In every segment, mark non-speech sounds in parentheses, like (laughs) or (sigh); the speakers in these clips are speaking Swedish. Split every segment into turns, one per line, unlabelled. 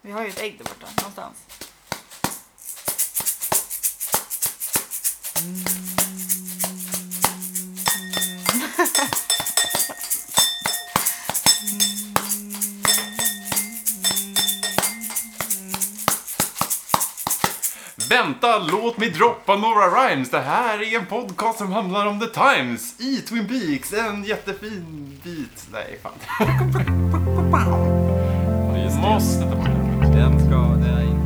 Vi har ju ett ägg där borta någonstans.
Vänta, låt mig droppa några rhymes. Det här är en podcast som handlar om The Times i Twin Peaks. En jättefin bit. Nej, fan.
Ja, just det.
Måste ta bort den.
Den ska... Det är in.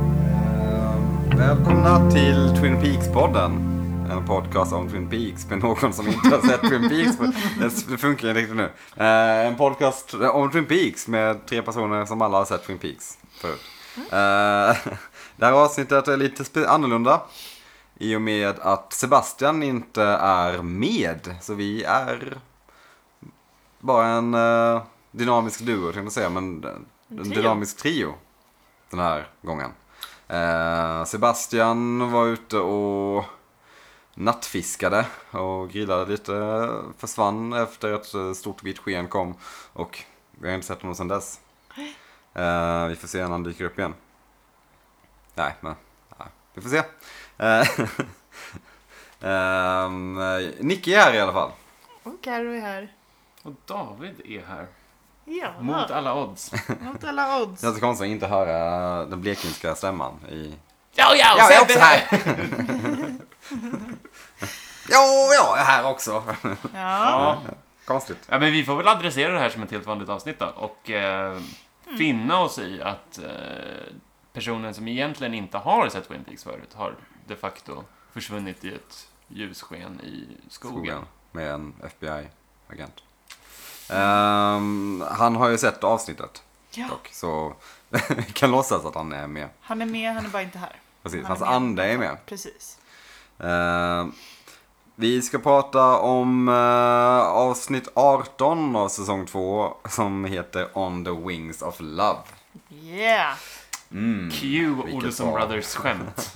Eh, Välkomna till Twin Peaks-podden. En podcast om Twin Peaks med någon som inte har sett Twin Peaks. Det s- Det funkar inte riktigt nu. Eh, En podcast om Twin Peaks med tre personer som alla har sett Twin Peaks förut. Eh, Det här avsnittet är lite spe- annorlunda. I och med att Sebastian inte är med. Så vi är bara en eh, dynamisk duo, tänkte jag säga. Men en
trio.
dynamisk trio. Den här gången. Eh, Sebastian var ute och nattfiskade och grillade lite. Försvann efter ett eh, stort vitt sken kom. Och vi har inte sett honom sedan dess. Eh, vi får se när han dyker upp igen. Nej, men nej, vi får se. Eh, (laughs) ehm, eh, Nicky är här i alla fall.
Och Carro är här.
Och David är här.
Ja,
Mot alla odds.
mot alla odds.
Det är så konstigt att inte höra den blekingska stämman i...
Ja, ja,
Ja, jag är också här! ja, jag är här också!
Ja.
Ja.
Konstigt.
ja, men vi får väl adressera det här som ett helt vanligt avsnitt då. Och eh, finna oss i att eh, personen som egentligen inte har sett Twin Peaks förut har de facto försvunnit i ett ljussken i skogen.
Skogen med en FBI-agent. Ehm, han har ju sett avsnittet
ja.
dock, så (laughs) vi kan låtsas att han är med.
Han är med, han är bara inte här.
Precis,
Han är
hans
med.
ande är med.
Precis.
Eh, vi ska prata om eh, avsnitt 18 av säsong 2 som heter On the Wings of Love.
Yeah!
Mm.
Cue
Vilket
Olsson
bra. (laughs)
Brothers-skämt.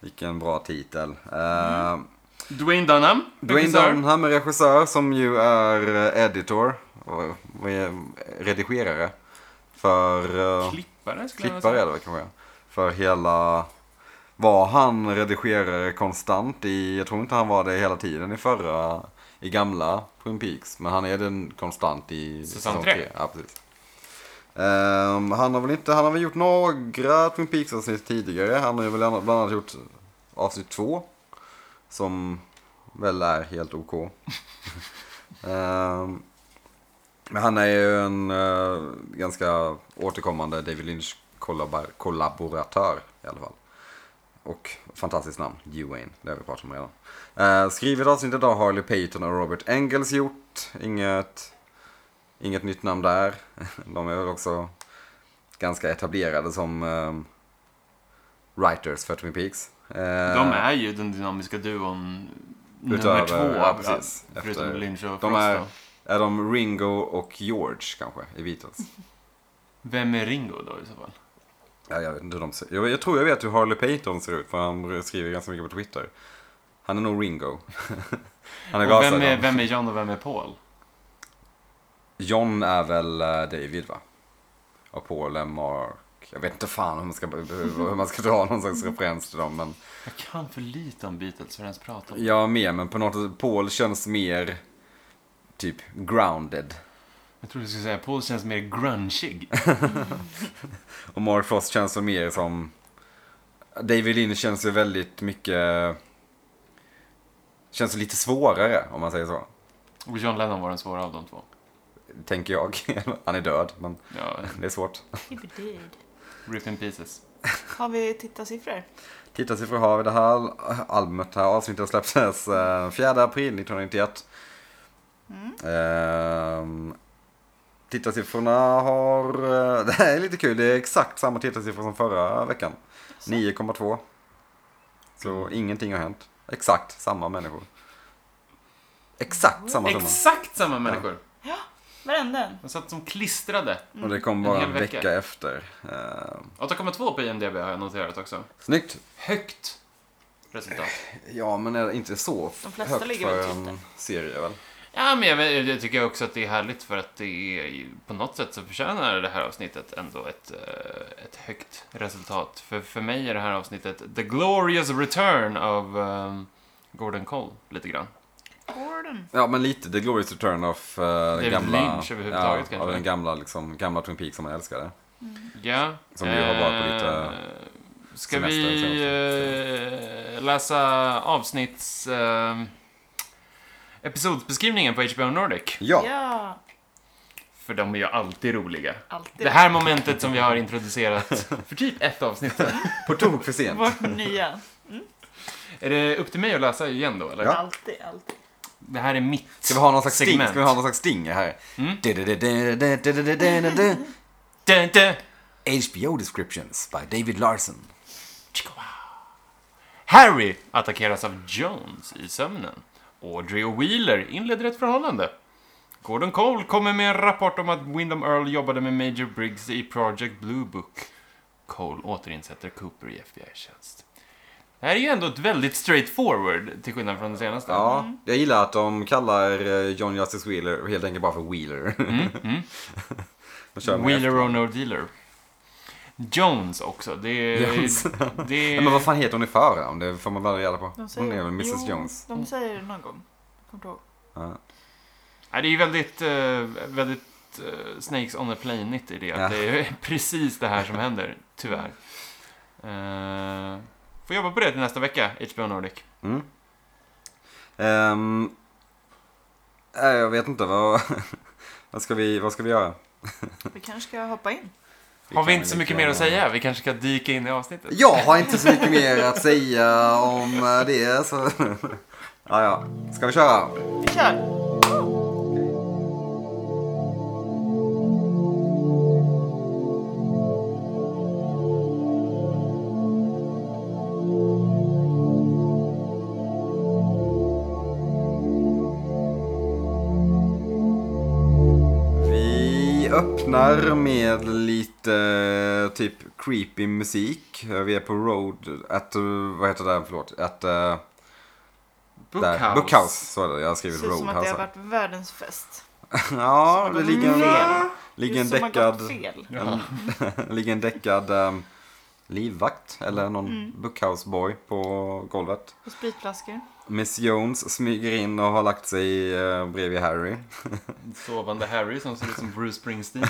Vilken bra titel. Eh,
Mm.
Dwayne Dunham,
Dwayne
regissör.
Dunham är regissör som ju är eh, editor och eh, redigerare för eh,
Klippare skulle jag
klippare
vilja
är det väl kanske. För hela... Var han redigerare konstant i... Jag tror inte han var det hela tiden i förra... I gamla Twin Peaks. Men han är den konstant i
Säsong tre.
Ja, precis. Ehm, han har väl inte... Han har väl gjort några Twin Peaks-avsnitt tidigare. Han har ju väl bland annat gjort avsnitt två. Som väl är helt OK. (laughs) Ehm, men han är ju en eh, ganska återkommande David Lynch kollabar- kollaboratör i alla fall. Och fantastiskt namn, Ewan, det har vi pratat om redan. Eh, skrivet avsnitt idag har Harley Payton och Robert Engels gjort. Inget, inget nytt namn där. (laughs) De är väl också ganska etablerade som eh, writers för Twin Peaks. Eh,
säga. De är ju den dynamiska duon nummer
Utöver-
två.
ja, precis.
ja, Förutom
Efter-
Lynch och
de
Frost.
är-
då.
Är de Ringo och George kanske i Beatles?
Vem är Ringo då i så fall?
Ja, jag vet inte hur de ser jag, jag tror jag vet hur Harley Payton ser ut för han skriver ganska mycket på Twitter. Han är nog Ringo. (laughs) han har
Och vem,
glasögon.
är, vem är John och vem är Paul?
John är väl eh, David va? Och Paul är Mark. Jag vet inte fan hur man ska, hur man ska dra någon slags referens till dem men.
Jag kan för lite om Beatles för att ens prata om.
Jag är med men på något sätt, Paul känns mer typ grounded.
Jag trodde du skulle säga Paul känns mer
(laughs)
grungig.
Och Mark Frost känns väl mer som... David Lynch känns ju väldigt mycket... Känns lite svårare om man säger så.
Och John Lennon var den svåra av de två.
Tänker jag. (laughs) Han är död men
Ja,
det är svårt.
He be dead.
rip in pieces.
Har vi tittarsiffror?
Tittarsiffror har vi det här albumet, det här avsnittet släpptes eh, 4 april 1991. Ehm, tittarsiffrorna har, eh, (laughs) det här är lite kul, det är exakt samma tittarsiffror som förra veckan. 9,2.
Mm.
Så ingenting har hänt. Exakt samma människor. Exakt samma summa.
Exakt samma människor.
Varenda en.
De satt som klistrade.
Och det kom
En
bara
hel
en vecka,
vecka.
efter. Ehm,
8,2 på IMDB har jag noterat också.
snyggt!
Högt resultat.
Ja, men är det inte så
De flesta ligger väl
för
typ
en
där.
serie väl?
Ja, men jag, vet- det tycker jag också att det är härligt för att det är ju- på något sätt så förtjänar det här avsnittet ändå ett, eh, ett högt resultat. För, för mig är det här avsnittet The Glorious Return av ehm, Gordon Cole, lite grann.
Gordon.
Ja, men lite The Glorious Return of eh, den
David
gamla...
Lynch överhuvudtaget,
ja,
kanske.
Av den gamla, liksom, gamla Twin Peaks som man älskade.
Ja.
Som ju har varit på
eh,
lite
Ska
semester
vi eh, läsa avsnitts... Eh, episodbeskrivningen på HBO Nordic?
Ja,
Ja.
För de är ju alltid roliga.
Alltid.
Det här momentet som vi har introducerat för typ ett avsnitt sedan.
på tok
(laughs)
för sent.
Vårt nya.
Är det upp till mig att läsa igen då, eller?
(laughs) Ja.
Alltid, alltid.
Det här är mitt
Ska vi ha någon slags sting?
segment.
Ska vi ha någon slags sting här?
Mm.
Du-du-du-du-du-du-du-du-du.
Dun, dun.
HBO descriptions by David Larson.
Chikawa. Harry attackeras av Jones i sömnen. Audrey och Wheeler inleder ett förhållande. Gordon Cole kommer med en rapport om att Wyndham Earl jobbade med Major Briggs i Project Blue Book. Cole återinsätter Cooper i FBI-tjänst. Det här är ju ändå ett väldigt straight forward till skillnad från det senaste.
Ja, jag gillar att de kallar eh, John Justice Wheeler helt enkelt bara för Wheeler. (laughs)
Mm, mm.
De kör med
Wheeler
efternamn.
or no dealer. Jones också. Det är...
Jones.
Det
Ja, (laughs) men vad fan heter hon i förnamn? Det får man väl reda på.
De säger,
Hon är väl Mrs
jo,
Jones.
De säger det någon gång. Jag kommer inte ihåg.
Ja.
Ja, det är ju väldigt, eh, väldigt eh, Snakes on a plane-igt i det.
Ja.
Det är (laughs) precis det här som händer, tyvärr. Eh, får jobba på det till nästa vecka, HBO Nordic.
Mm. Ehm, nej, jag vet inte vad... (laughs) vad, ska vi, vad ska vi göra?
Vi kanske ska hoppa in.
Har
kan
vi inte så
väl
mycket
lika
mer att
gärna-
säga? Vi kanske ska dyka in i avsnittet.
Jag har inte så mycket mer att säga om eh, det. Så... (laughs) ja, ja. Ska vi köra?
Vi kör!
Vi öppnar med lite eh, typ creepy musik. Eh, Vi är på Road at... eh, Vad heter det? Förlåt. At, eh, Där. Bookhouse. Så är det. Jag har
Det
skrivit
ser ut som att det
Roadhouse.
har
här.
varit världens fest.
(laughs) Ja,
som
det
att-
ligger en,
Mm.
ligger en
som har
däckad...
gått fel.
Ja.
ligger en däckad ehm, livvakt eller någon
Mm.
bookhouseboy på golvet.
Och spritflaskor.
Miss Jones smyger in och har lagt sig eh, bredvid Harry. (laughs)
Sovande Harry som ser ut som Bruce Springsteen.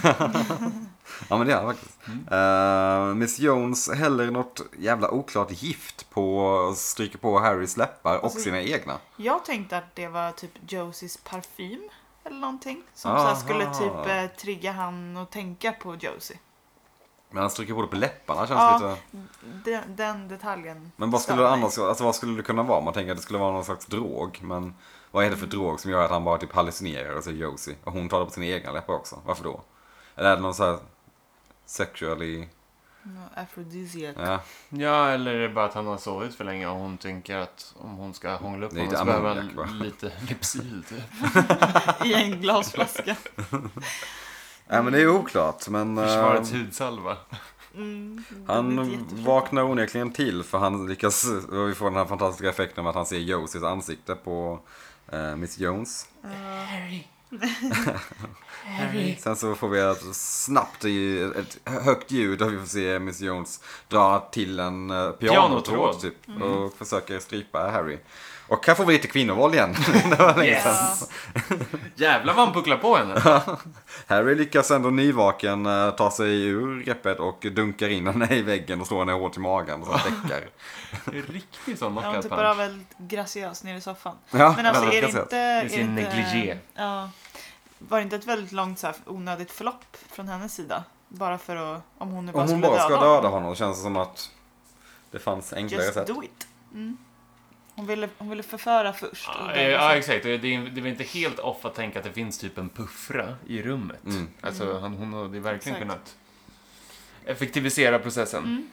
Ja men det är han faktiskt. Eh, Miss Jones häller något jävla oklart gift på och stryker på Harrys läppar och
Alltså,
sina egna.
Jag tänkte att det var typ Josies parfym eller någonting. Som så
Aha.
här skulle typ eh, trigga han att tänka på Josie.
Men han stryker på det på läpparna känns
Ja.
lite...
Den, den detaljen.
Men vad
stör
skulle det
mig.
annars alltså, vad skulle det kunna vara? Man tänker att det skulle vara någon slags drog. Men vad är det för drog som gör att han bara typ hallucinerar och säger Josie? Och hon tar det på sina egna läppar också. Varför då? Eller är det någon så här sexually...
Nå, Aphrodisiac.
Ja,
Ja, eller är det bara att han har sovit för länge och hon tänker att om hon ska hångla upp
Det är
honom
lite
så behöver han
ammoniak, va? (laughs)
lite Lypsyl typ.
I en glasflaska.
Nej, men det är oklart. Men eh,
Försvarets
(laughs)
hudsalva.
Mm, det blir
han
inte jättefint.
vaknar onekligen till för han lyckas... och Vi får den här fantastiska effekten av att han ser Josies ansikte på eh, Miss Jones.
Harry. Harry.
Sen så får vi ett snabbt, ett högt ljud och vi får se Miss Jones dra till en eh, pianotråd
Pianotråd.
typ,
Mm.
och försöker strypa Harry. Och här får vi lite kvinnovåld igen. (laughs) Det var länge sedan.
Ja.
Jävlar vad han pucklar på henne.
Harry lyckas ändå nyvaken eh, ta sig ur greppet och dunkar in henne i väggen och slår henne hårt i
(laughs)
magen så hon däckar.
Det är riktigt sån
Ja, hon
knockout
typ bara
punch.
väldigt graciös nere i soffan.
Ja,
Men alltså
Ah,
är
väldigt
det
graciöst.
inte...
I
Är det
sin
inte
negligé.
ja, var det inte ett väldigt långt så här, onödigt förlopp från hennes sida? Bara för att, om hon nu bara
Om hon
skulle
bara ska
döda
döda honom känns det som att det fanns enklare
Just
sätt.
do it. Mm. Hon, ville, hon ville förföra först. och
Ja,
döda
ja,
sen.
exakt. Det är, det är väl inte helt off att tänka att det finns typ en puffra i rummet.
Mm.
Alltså, han, hon hade ju verkligen
Exakt.
kunnat effektivisera processen.
Mm.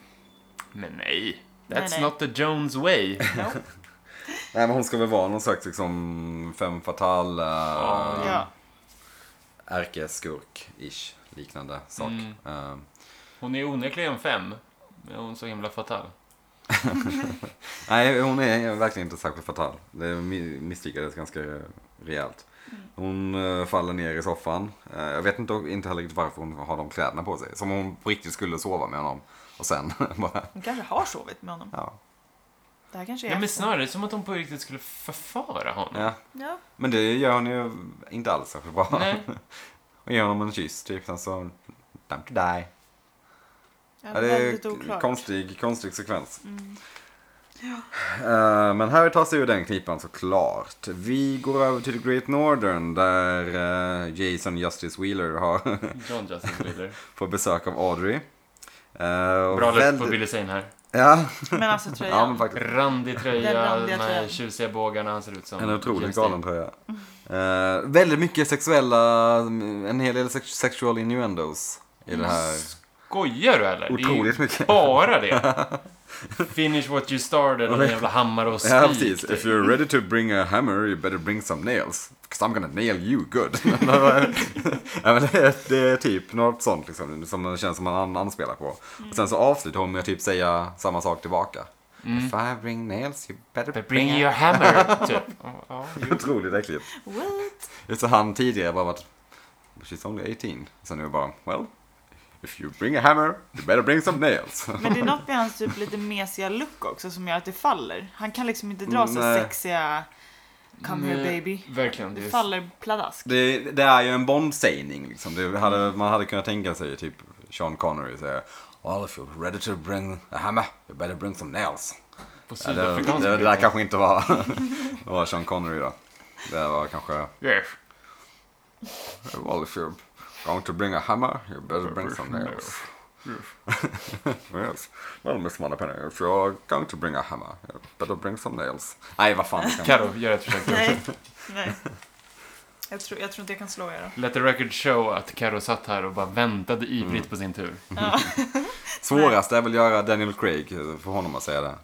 Men nej. That's
Nej, nej.
not the Jones way.
Ja.
Nej men hon ska väl vara någon slags liksom fem fatal eh,
Ja.
Ja.
ärkeskurk-ish liknande sak.
Mm.
Eh,
Hon är onekligen fem. Men hon är så himla fatal.
nej hon är verkligen inte särskilt fatal. Det mi- misslyckades ganska rejält. Hon eh, faller ner i soffan. Eh, jag vet inte, inte heller riktigt varför hon har de kläderna på sig. Som om hon på riktigt skulle sova med honom. Och sen (laughs) bara,
Hon kanske har sovit med honom.
ja.
Det här kanske är alltså.
Ja, men
efter.
snarare som att hon på riktigt skulle förföra honom.
ja.
Ja.
Men det gör hon ju inte alls särskilt bra.
Nej.
Och ger honom en kyss typ. Sen så, time to die.
Ja,
Ja,
det
det
är
är
väldigt oklart.
konstig, konstig sekvens.
Mm.
Eh, men Harry tar sig ur den knipan såklart. Vi går över till The Great Northern där eh, Jason Justice Wheeler har (laughs)
John Justin Wheeler.
får besök av Audrey. Eh, och
Bra lukt på
väldigt-
Billy Zane här.
Ja,
Men
(laughs)
alltså tröjan.
ja men faktiskt.
Randig
Den
tröja, de
randiga
här
tröjan.
tjusiga bågarna. Han ser ut som...
En otroligt
James
galen tröja. Eh, väldigt mycket sexuella, en hel del sex- sexual innuendos i det här.
Mm. Skojar du eller? Det är ju
Otroligt mycket.
Bara det?
(laughs)
Finish what you started och en jävla hammare och spik.
Ja, precis. If you're ready to bring a hammer you better bring some nails. Cause I'm gonna nail you good. ja, men det, är, det är typ något sånt liksom, som det känns som man an- anspelar på. Och sen så avslutar hon med att typ säga samma sak tillbaka. If I bring nails you better
But
bring
bring
a...
your hammer,
(laughs)
typ. Ja, ja, jo.
Otroligt äckligt.
What?
Det är Så han tidigare bara varit, she's only 18. Sen nu bara, well, if you bring a hammer you better bring some nails.
Men det är något med hans typ lite mesiga look också som gör att det faller. Han kan liksom inte dra så
Nej.
sexiga Come here
Nej,
baby.
Verkligen. Det
Det
är
faller pladask.
Det, det är ju en Bond-sägning liksom. Det hade, man hade kunnat tänka sig typ Sean Connery säga Well if you're ready to bring a hammer, you better bring some nails.
på
Ja, det, det,
sydafrikanska.
det där kanske inte var, (laughs) det var Sean Connery då. Det var kanske
Yes.
Well if you're going to bring a hammer, you better bring some nails. (laughs) yes. Well Miss Moneypenny, if you're going to bring a hammer, you better bring some nails. Nej, vad fan. det kan-
Karo, gör ett
(laughs)
försök.
Nej. Nej. Jag tror, jag tror inte jag kan slå er då.
Let the record show att Karo satt här och bara väntade ivrigt
Mm.
på sin tur.
Svårast är väl att göra Daniel Craig, för honom att säga det.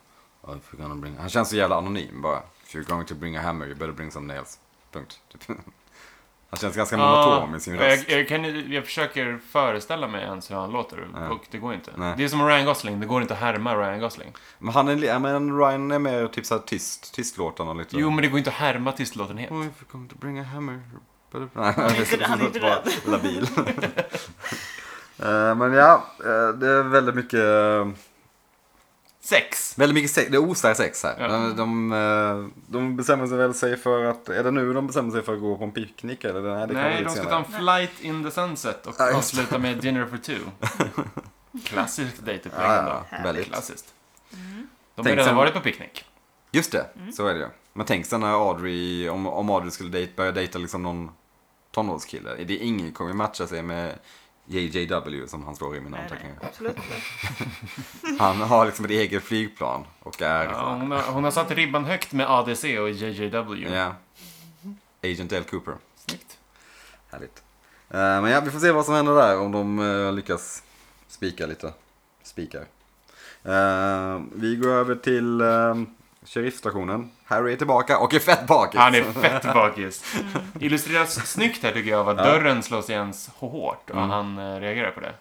Oh, if you're gonna bring... Han känns så jävla anonym bara. If you're going to bring a hammer you better bring some nails. Punkt. Typ. (laughs) Han känns ganska monoton i sin
Ja,
röst.
jag, jag, kan, ju- jag försöker föreställa mig ens hur han låter
Ja.
och det går inte.
Nej.
Det är som Ryan Gosling, det går inte att härma Ryan Gosling.
Men, han är, li- ja, men Ryan är mer typ såhär tyst, tystlåtande lite.
Jo, men det går inte att härma tystlåtenhet.
Oh, if you're going to bring a hammer you better... (laughs) Nej,
Han är inte- han är inte
bara
rädd.
Labil. (laughs) Eh, men ja, eh, det är väldigt mycket... eh,
Sex!
Väldigt mycket sex, det är osär sex här.
Ja.
De, de, eh, de bestämmer sig väl sig för att, är det nu de bestämmer sig för att gå på en picknick eller? Nej, det kan
Nej,
bli
de ska ta
senare.
en flight in the sunset och
Ja, just det.
avsluta med dinner
(laughs)
for two. Klassiskt dejtupplägg
Ja,
ändå.
ja,
Härligt.
väldigt.
Klassiskt.
Mm.
De har
Tänk
ju redan
sen-
varit på picknick.
Just det, så är det ju. Men tänk sen när Audrey, om, om Audrey skulle dejt, börja dejta liksom någon tonårskille. Det är ingen kommer ju matcha sig med JJW som han står i mina
Nej, nej.
anteckningar.
Absolut inte.
Han har liksom ett eget flygplan och är
Ja,
liksom,
hon, har, hon har satt ribban högt med ADC och JJW.
ja. Agent L. Cooper.
Snyggt.
Härligt. Eh, men ja, vi får se vad som händer där om de eh, lyckas spika lite. Spikar. Eh, vi går över till uh, sheriffstationen. Harry är tillbaka och är fett bakis.
Han är fett bakis. Illustreras snyggt här tycker jag av att
Ja.
dörren slås igen så hårt och
Mm.
han eh, reagerar på det.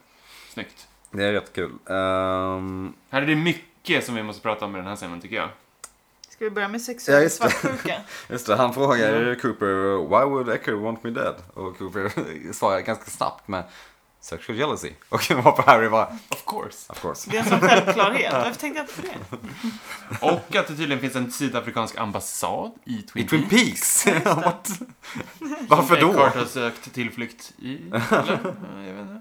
Snyggt.
Det är rätt kul. Ehm,
Här är det mycket som vi måste prata om i den här scenen tycker jag.
Ska vi börja med
Ja,
sexuell
just det.
svartsjuka?
just det, han frågar Cooper Why would Echo want me dead? Och Cooper (laughs) svarar ganska snabbt med Sexual jealousy. Och (laughs) varpå Harry bara
Of course.
Of course.
Det är en sån självklarhet. Varför tänkte jag inte på det?
Och att det tydligen finns en sydafrikansk ambassad i
I
Twin Peaks.
Twin Peaks? (laughs)
(laughs)
What? Varför då?
Eckhart har sökt tillflykt i, eller? Ja, Jag vet inte.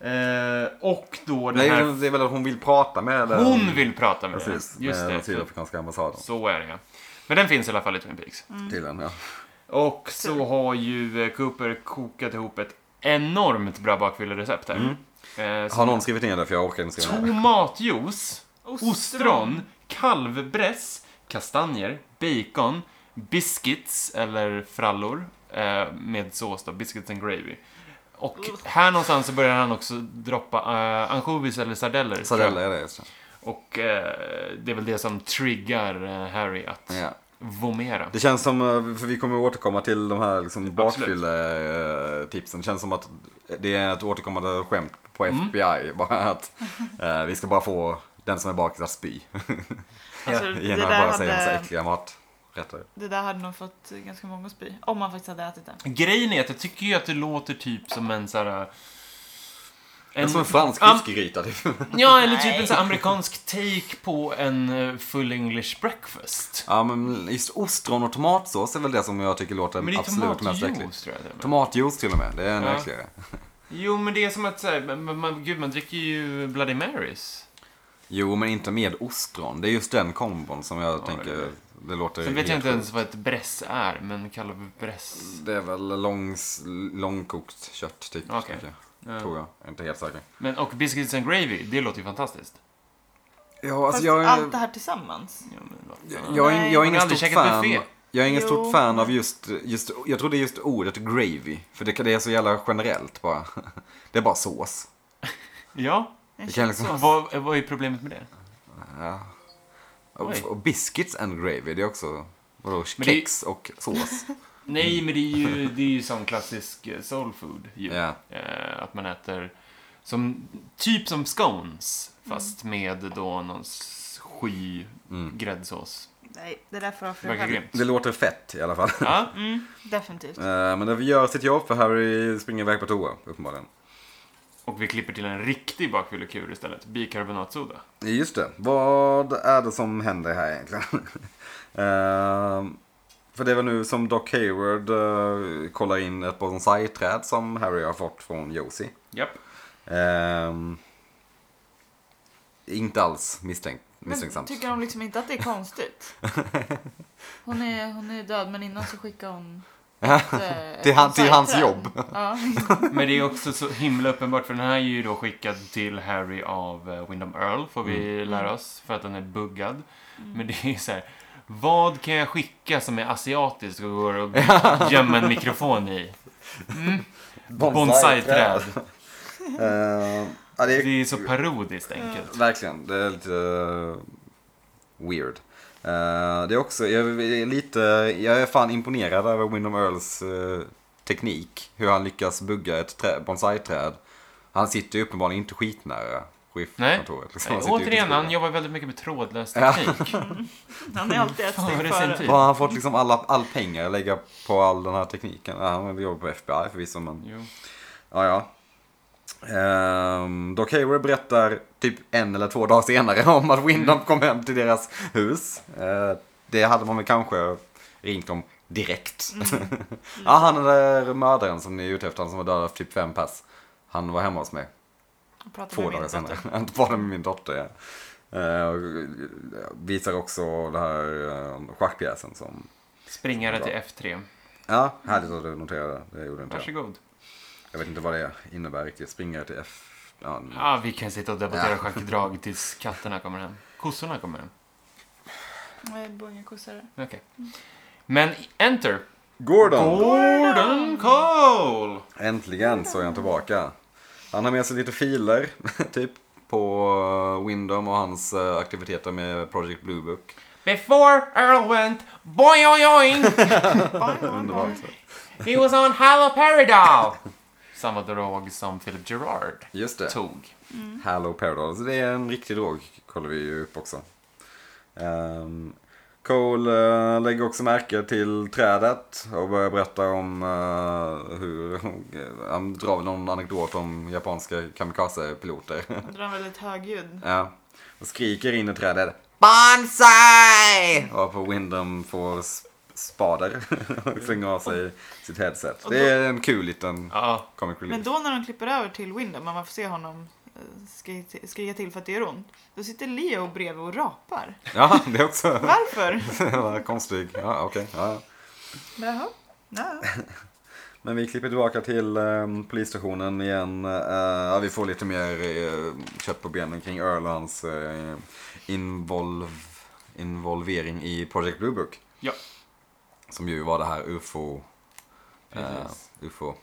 Eh, och då den
Nej,
här...
det är väl att hon vill prata med eller?
Hon vill prata med
Precis,
det. Just
med
det.
den sydafrikanska ambassaden.
Så är det, ja. Men den finns i alla fall i Twin Peaks.
Tydligen, ja.
Och så har ju eh, Cooper kokat ihop ett enormt bra bakfyllda recept här. Eh, som
Mm. Har någon skrivit ner det? För jag orkar inte skriva ner
Mm.
det.
Tomatjuice, ostron, kalvbräss, kastanjer, bacon, biscuits eller frallor eh, med sås då, biscuits and gravy. Och här någonstans så börjar han också droppa eh, ansjovis eller sardeller. tror jag.
Sardeller är det just det.
Och eh, det är väl det som triggar eh, Harry att
Ja.
vomera.
Det känns som, eh, för vi kommer återkomma till de här liksom bakfylletipsen. Det känns som att det är ett återkommande skämt på
Mm.
FBI. (laughs) Bara att eh, vi ska bara få den som är bakis att spy.
Mm,
Alltså, det,
Genom att
där
bara säga en massa
hade,
äckliga maträtter.
det där hade nog fått ganska många att spy. Om man faktiskt hade ätit den.
Grejen är att jag tycker ju att det låter typ som en sån här... eh,
En, som en fransk
Am-
fiskgryta. typ.
Ja, eller typ en
Nej.
sån här amerikansk take på en eh, full English breakfast.
ja, men just ostron och tomatsås är väl det som jag tycker låter
Men det är
absolut mest äckligt.
tomatjuice tror jag det är.
Tomatjuice till och med, det är ännu
Ja.
äckligare.
Jo, men det är som att så här, men- men- man, gud, man dricker ju Bloody Marys.
Jo, men inte med ostron. Det är just den kombon som jag
Ja,
tänker,
det är
det, låter
Sen vet jag
helt
inte
sjukt.
ens vad ett bress är, men kalvbräss.
Det är väl långs, långkokt kött typ.
Okej.
tänker jag.
Ja.
Tror jag. Jag är Inte helt säker.
eh, Men, och biscuits and gravy, det låter ju fantastiskt.
Ja, alltså
Fast
jag, är-
allt det här tillsammans.
Ja, men, vad
jag,
fan.
jag, är-
Nej.
Man
jag är
har
ingen
aldrig
stort
käkat
fan.
buffé.
Jag är ingen
Jo,
stort fan
men-
av just, just, jag tror det är just ordet gravy. För det, det är så jävla generellt bara. (laughs) Det är bara sås.
Ja,
En
Det kan liksom-
köttsås.
vad, vad är problemet med
Mm.
det?
Ja. Och,
Oj.
och biscuits and gravy, det är också, vadå,
Men det-
kex och
(laughs)
sås.
Nej, men det är
(laughs)
ju, det är ju som klassisk eh, soul food. Ju.
Ja.
Eh, att man äter som, typ som scones, fast med då någon sky
Mm.
gräddsås.
Nej, det där får jag
Det
för
verkar
själv.
grymt.
Det låter fett i alla fall.
Ja,
Mm, definitivt.
Eh, Men det gör sitt jobb för Harry springer iväg på toa, uppenbarligen.
och vi klipper till en riktig bakfyllekur istället. Bikarbonatsoda.
Just det. Vad är det som händer här egentligen? (laughs) Ehm, för det var nu som Doc Hayward eh, kollar in ett bonsai-träd som Harry har fått från Josie.
Japp.
Ehm, inte alls misstänkt, misstänksamt.
tycker de liksom inte att det är
(laughs)
konstigt? Hon är, hon är död, men innan så skickar hon... ett, eh,
(laughs) Till han- till hans
bonsai-träd.
jobb.
Ja. (laughs)
Men det är också så himla uppenbart, för den här är ju då skickad till Harry av eh, Wyndham Earl, får vi
Mm.
lära oss, för att den är buggad. Men det är ju så här, vad kan jag skicka som är asiatiskt och går
(laughs)
och gömma en mikrofon i? Bonsai-träd.
Ehm, ja, det är
Det är så parodiskt enkelt.
Verkligen, det är lite eh, weird. Eh, det är också, jag är lite, jag är fan imponerad över Wyndham Earls eh, teknik. Hur han lyckas bugga ett trä, bonsai-träd. Han sitter ju uppenbarligen inte skitnära sheriffkontoret. liksom.
Nej,
Han sitter ju ute i
återigen, han
skogen.
jobbar väldigt mycket med trådlös
Ja. (laughs)
teknik.
Han är alltid ett
Före
steg
sin
före.
tid.
Var har han fått liksom alla, all pengar att lägga på all den här tekniken? Ja, han jobbar på FBI förvisso men,
Jo.
ja ja. Um, Doc Hayward berättar typ en eller två dagar senare (laughs) om att Windham
Mm.
kom hem till deras hus. Eh, det hade man väl kanske ringt om direkt.
Mm.
(laughs) ja, han är där mördaren som ni är ute efter, han som var dödad för typ fem pass. Han var hemma hos mig
Jag pratar
två
med min
dagar senare. (laughs)
dotter.
Han pratade med min dotter, ja. Eh, och, eh, visar också det här uh, schackpjäsen som...
Springare till F3.
Ja, härligt att du noterade det. Det gjorde inte jag.
Varsågod.
Jag vet inte vad det innebär riktigt. Springa till F... Ja,
Ja, vi kan sitta och debattera
Ja.
schackdrag tills katterna kommer hem. Kossorna kommer hem.
Nej, det bor inga
(laughs)
kossor.
Okej. Men enter.
Gordon!
Gordon Cole!
Äntligen så är han tillbaka. Han har med sig lite filer, (laughs) typ, på Windom och hans eh, aktiviteter med Project Blue Book.
Before Earl went boing
Underbart.
he was on Haloperidol. Samma drog som Philip Gerard
Just det.
tog.
Hallow Paradise. Så det är en riktig drog, kollar vi ju upp också. Ehm, Cole eh, lägger också märke till trädet och börjar berätta om eh, hur... (laughs) han drar väl någon anekdot om japanska kamikazepiloter. (laughs)
Han drar väldigt högljudd.
Ja. Och skriker in i trädet. Bonsai! Och på Windham får s- spader (laughs) och slänger av sig sitt headset. Det är en kul liten
Ja,
comic relief.
Men då när de klipper över till Windham och man får se honom eh, skri- till- skrika till för att det gör ont. Då sitter Leo bredvid och rapar.
Ja, det är också (laughs)
Varför?
Vad konstig. Ja, okej. Ja.
Jaha. Ja.
Men vi klipper tillbaka till ehm, polisstationen igen. Eh, ja, vi får lite mer eh, kött på benen kring Ölands eh, involv, involvering i Project Blue Book.
Ja.
Som ju var det här UFO, eh,
Precis.
UFO
Och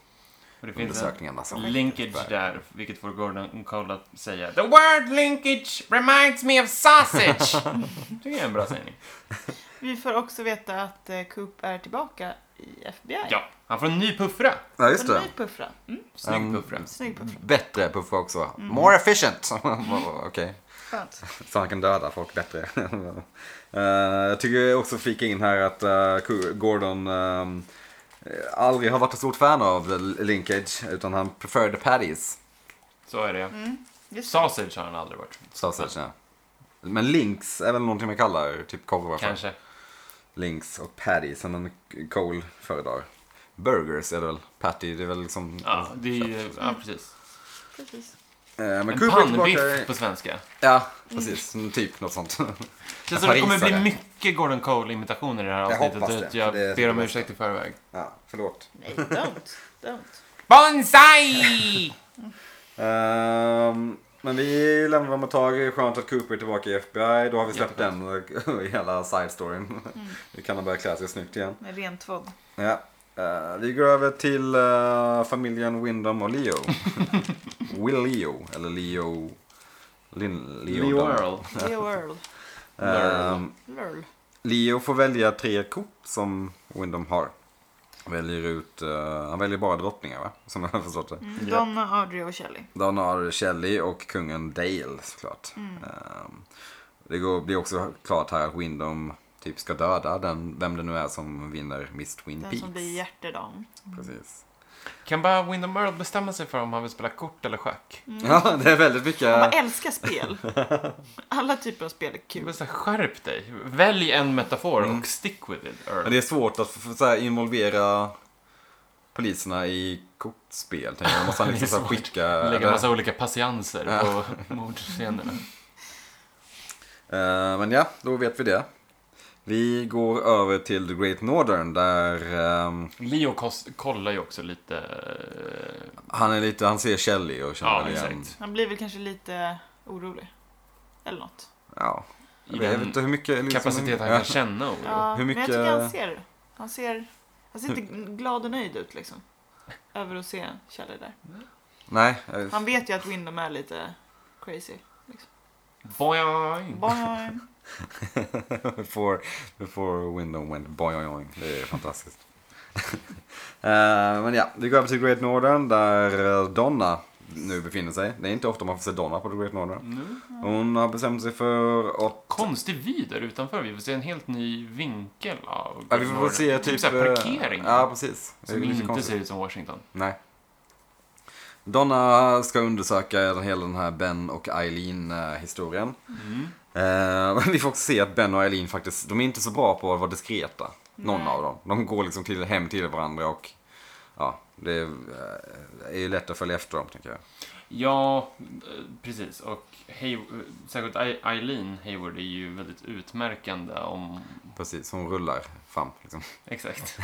det finns en
undersökningarna som...
linkage där, vilket får Gordon Cole att säga The word linkage reminds me of
(laughs)
sausage. det är en bra sägning.
Vi får också veta att eh, Coop är tillbaka i FBI.
Ja, han får en ny puffra.
Ja, just
En
det.
ny puffra. Mm,
Snygg
Um,
puffra.
snygg puffra.
Bättre puffar också. More efficient! (laughs) Okej.
Skönt.
Så han kan döda folk bättre. (laughs) Eh, jag tycker jag också flika in här att eh, Gordon ehm, aldrig har varit ett stort fan av the Linkage. Utan han preferred patties.
Så är det.
Just det.
Sausage har han aldrig varit.
Sausage, ja. Men links är väl någonting man kallar typ korvar för.
Kanske.
Links och patties som en Cole föredrar. Burgers är det väl? Patty, det är väl liksom...
Ja, det är ju, ja precis.
Precis.
Eh, men
En
Cooper är
pannbiff
tillbaka.
på svenska.
Ja, precis. Typ något sånt.
Känns som det kommer bli
Parisare.
mycket Gordon Cole-imitationer i det här
Jag
avsnittet.
hoppas
så att
det,
Jag
för det är
ber om
det
ursäkt i förväg.
(laughs) ja, förlåt.
Nej, don't. don't.
(laughs)
Bonsai!
Ehm, men vi lämnar dem ett tag. Skönt att Cooper är tillbaka i FBI. Då har vi släppt den eh, (laughs) hela side-storyn. (laughs) Vi kan ha börjat klä sig snyggt igen.
Med rent tvådd.
Ja. Eh, vi går över till eh, familjen Windom och (laughs) Leo. Will Leo, eller Leo... Lin, Leo,
Leo
Dunn.
Earl.
(laughs)
Leo Earl.
Ehm,
Lurl.
Leo får välja tre kort som Windom har. Väljer ut, eh, han väljer bara drottningar va? Som jag har förstått det.
Mm,
Ja.
Donna, Audrey och Shelley.
Dan har Shelley och kungen Dale såklart.
Mm.
Ehm, det går, blir också klart här att Windom typ ska döda den, vem det nu är som vinner Miss Twin
Den
Peaks.
som blir hjärtedam.
Precis.
Kan bara Windom Earl bestämma sig för om han vill spela kort eller schack?
Mm.
(laughs) Ja, det är väldigt
Man
mycket.
bara älskar
(laughs)
spel. Alla typer av spel är
Jag
kul.
vill säga, Skärp dig! Välj en metafor
Mm.
och stick with it,
Men
Earl.
det är svårt att f- så här, involvera poliserna i kortspel. tänker jag.
(laughs)
Då måste han liksom så här,
Det är
skicka...
Lägga
eller-
massa olika patienser på (laughs) mordscenerna.
Eh, men ja, då vet vi det. Vi går över till The Great Northern där ehm,
Leo kos- kollar ju också lite... eh,
han är lite, han ser Shelley och känner
Ja,
väl igen.
exakt.
Han blir väl kanske lite orolig. Eller något.
Ja,
I
jag vet
den
inte hur mycket... liksom-
kapacitet han
Ja.
kan känna oro.
Ja,
Hur mycket-
Men jag tycker han ser, han ser, han ser inte glad och nöjd ut liksom. Över att se Shelley där.
Nej, eh,
Han vet ju att Windom är lite crazy.
Boing!
Boing.
(laughs) before, before Window went boing. Det är fantastiskt. (laughs) Eh, men ja, vi går över till Great Northern där eh, Donna nu befinner sig. Det är inte ofta man får se Donna på The Great Northern.
Nu.
Hon har bestämt sig för att...
Konstig vy där utanför. Vi får se en helt ny vinkel av
Ja, vi får väl se typ...
så här
eh,
parkering.
Ja, precis. Det är
som
lite
inte
konstigt.
ser ut som Washington.
Nej. Donna ska undersöka hela den här Ben och Eileen-historien. Eh, (laughs) men vi får också se att Ben och Eileen faktiskt, de är inte så bra på att vara diskreta. Någon av dem. De går liksom till, hem till varandra och ja, det är, eh, är ju lätt att följa efter dem tänker jag.
Ja, eh, precis. Och Hay- eh, särskilt Ei- Eileen Hayward är ju väldigt utmärkande om... (laughs)
Precis, hon rullar fram liksom.
Exakt.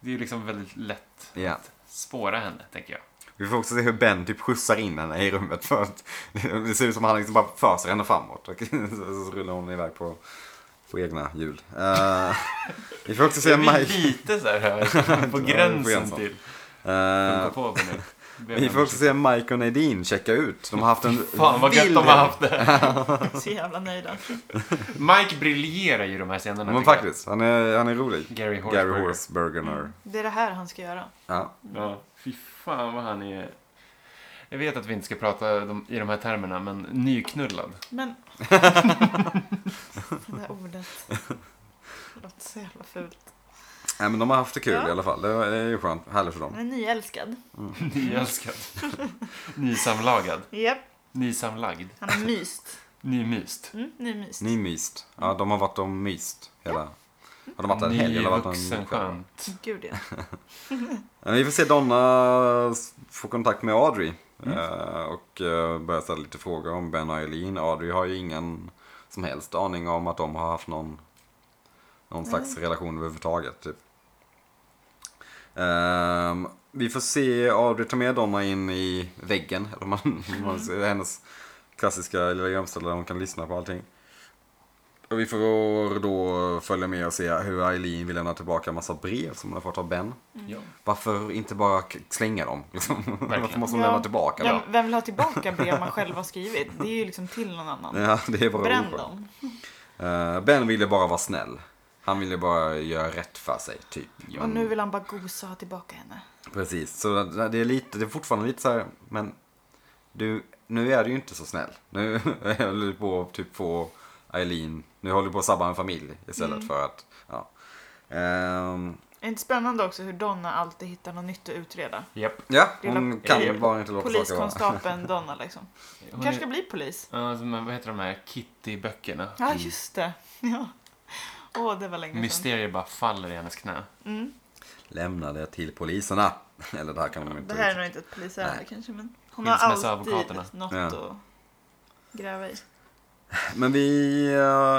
Det är ju liksom väldigt lätt
Ja.
att spåra henne, tänker jag.
Vi får också se hur Ben typ skjutsar in henne i rummet för att (laughs) det ser ut som att han liksom bara föser henne framåt. Och (laughs) så, så rullar hon iväg på, på egna hjul.
(laughs)
Eh, vi får också se
Det blir
Mike.
lite så
(laughs)
här eh, på
Ja, på
gränsen
gränsen.
till...
Eh,
Funka på mig nu. Ber
vi
om
får också
ursäkt.
se Mike och Nadine checka ut. De har haft en
Fan vad gött
vild
de har haft
(laughs)
det.
Så jävla nöjda.
Mike briljerar ju i de här scenerna.
Men
tycker jag.
faktiskt, han är, han är rolig.
Gary Horsberg.
Gary Horsberger. Mm.
Det är det här han ska göra.
Ja.
Ja, fy fan vad han är... Jag vet att vi inte ska prata de- i de här termerna, men nyknullad.
Men... (laughs) det där ordet. Det låter så jävla fult.
Nej, men de har haft det kul
Ja.
i alla fall. Det är det är ju skönt. Härligt för dem.
Han är nyälskad.
(laughs) Nyälskad. Nysamlagad.
Japp.
Nysamlagd.
Han har myst.
Nymyst.
Mm, nymyst.
Ni myst. Ja, de har varit om myst hela... Har de varit där en helg eller varit en
Nyvuxen skönt.
Gud ja.
Ja, Eh, Vi får se Donna s- få kontakt med Audrey. eh, Och eh, börja ställa lite frågor om Ben och Eileen. Audrey har ju ingen som helst aning om att de har haft någon, någon slags relation överhuvudtaget. Typ. Ehm, vi får se Audrey ta med Donna in i väggen. Eller om man, om man ser hennes klassiska lilla gömställe där hon kan lyssna på allting. Och vi får då följa med och se hur Eileen vill lämna tillbaka en massa brev som hon har fått av Ben.
Ja.
Varför inte bara k- slänga dem? Liksom? (laughs) Varför måste hon
Ja.
lämna tillbaka
Vem,
dem?
vem vill ha tillbaka brev man själv har skrivit? Det är ju liksom till någon annan.
Ja, det är bara
Bränn
oskönt.
dem.
Eh, Ben ville bara vara snäll. Han ville bara göra rätt för sig, typ.
Och nu vill han bara gosa och ha tillbaka henne.
Precis, så det är, lite, det är fortfarande lite så här, men du, nu är du ju inte så snäll. Nu (laughs) håller du på att typ få Eileen, nu håller du på att sabba en familj istället
Mm.
för att, ja. Ehm,
Är det inte spännande också hur Donna alltid hittar något nytt att utreda?
Japp.
ja,
Det är
hon
nog-
kan
det är
bara inte låta saker vara. (laughs)
Poliskonstapeln Donna liksom.
Hon
kanske
är-
ska bli polis.
Ja, alltså, men vad heter de här Kitty-böckerna?
Ja,
Mm.
just det. (laughs) Ja. Åh, det var länge sedan.
Mysterier bara faller i hennes knä.
Lämna det till poliserna. (laughs) Eller det här kan man inte
Det här är
riktigt-
nog inte ett polisärende
Nej.
kanske, men hon har
Skilsmässoadvokaterna.
alltid något
Ja. Eh.
att gräva i.
Men vi, eh,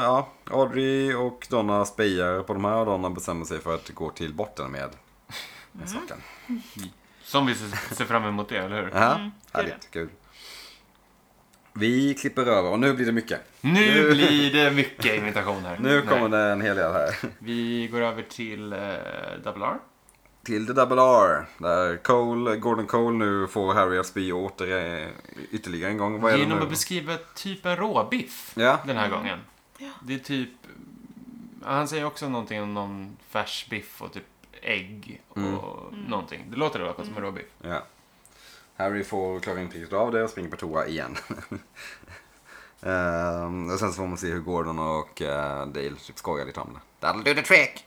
ja, Audrey och Donna spejar på de här och Donna bestämmer sig för att gå till botten med, med saken.
Som vi ser ser fram emot det, eller hur?
Ja,
Mm, det är
härligt, kul. Vi klipper över och (laughs) nu blir det mycket.
Nu blir det mycket imitation här.
Nu
Nej.
kommer det en hel del här.
Vi går över till eh, Double R.
Till The Double R. Där Cole, Gordon Cole nu får Harry att spy åter eh, ytterligare en gång. Vad är det
Genom
nu?
att beskriva typ en råbiff
Ja,
den här
Mm.
gången.
Ja.
Det är typ... Han säger också någonting om någon färsbiff och typ ägg och
Mm.
någonting. Det låter i alla fall som en råbiff.
ja. Harry får klarar inte riktigt av det och springer på toa igen. (laughs) Ehm, och sen så får man se hur Gordon och eh, Dale typ skojar lite om det. That'll do the trick!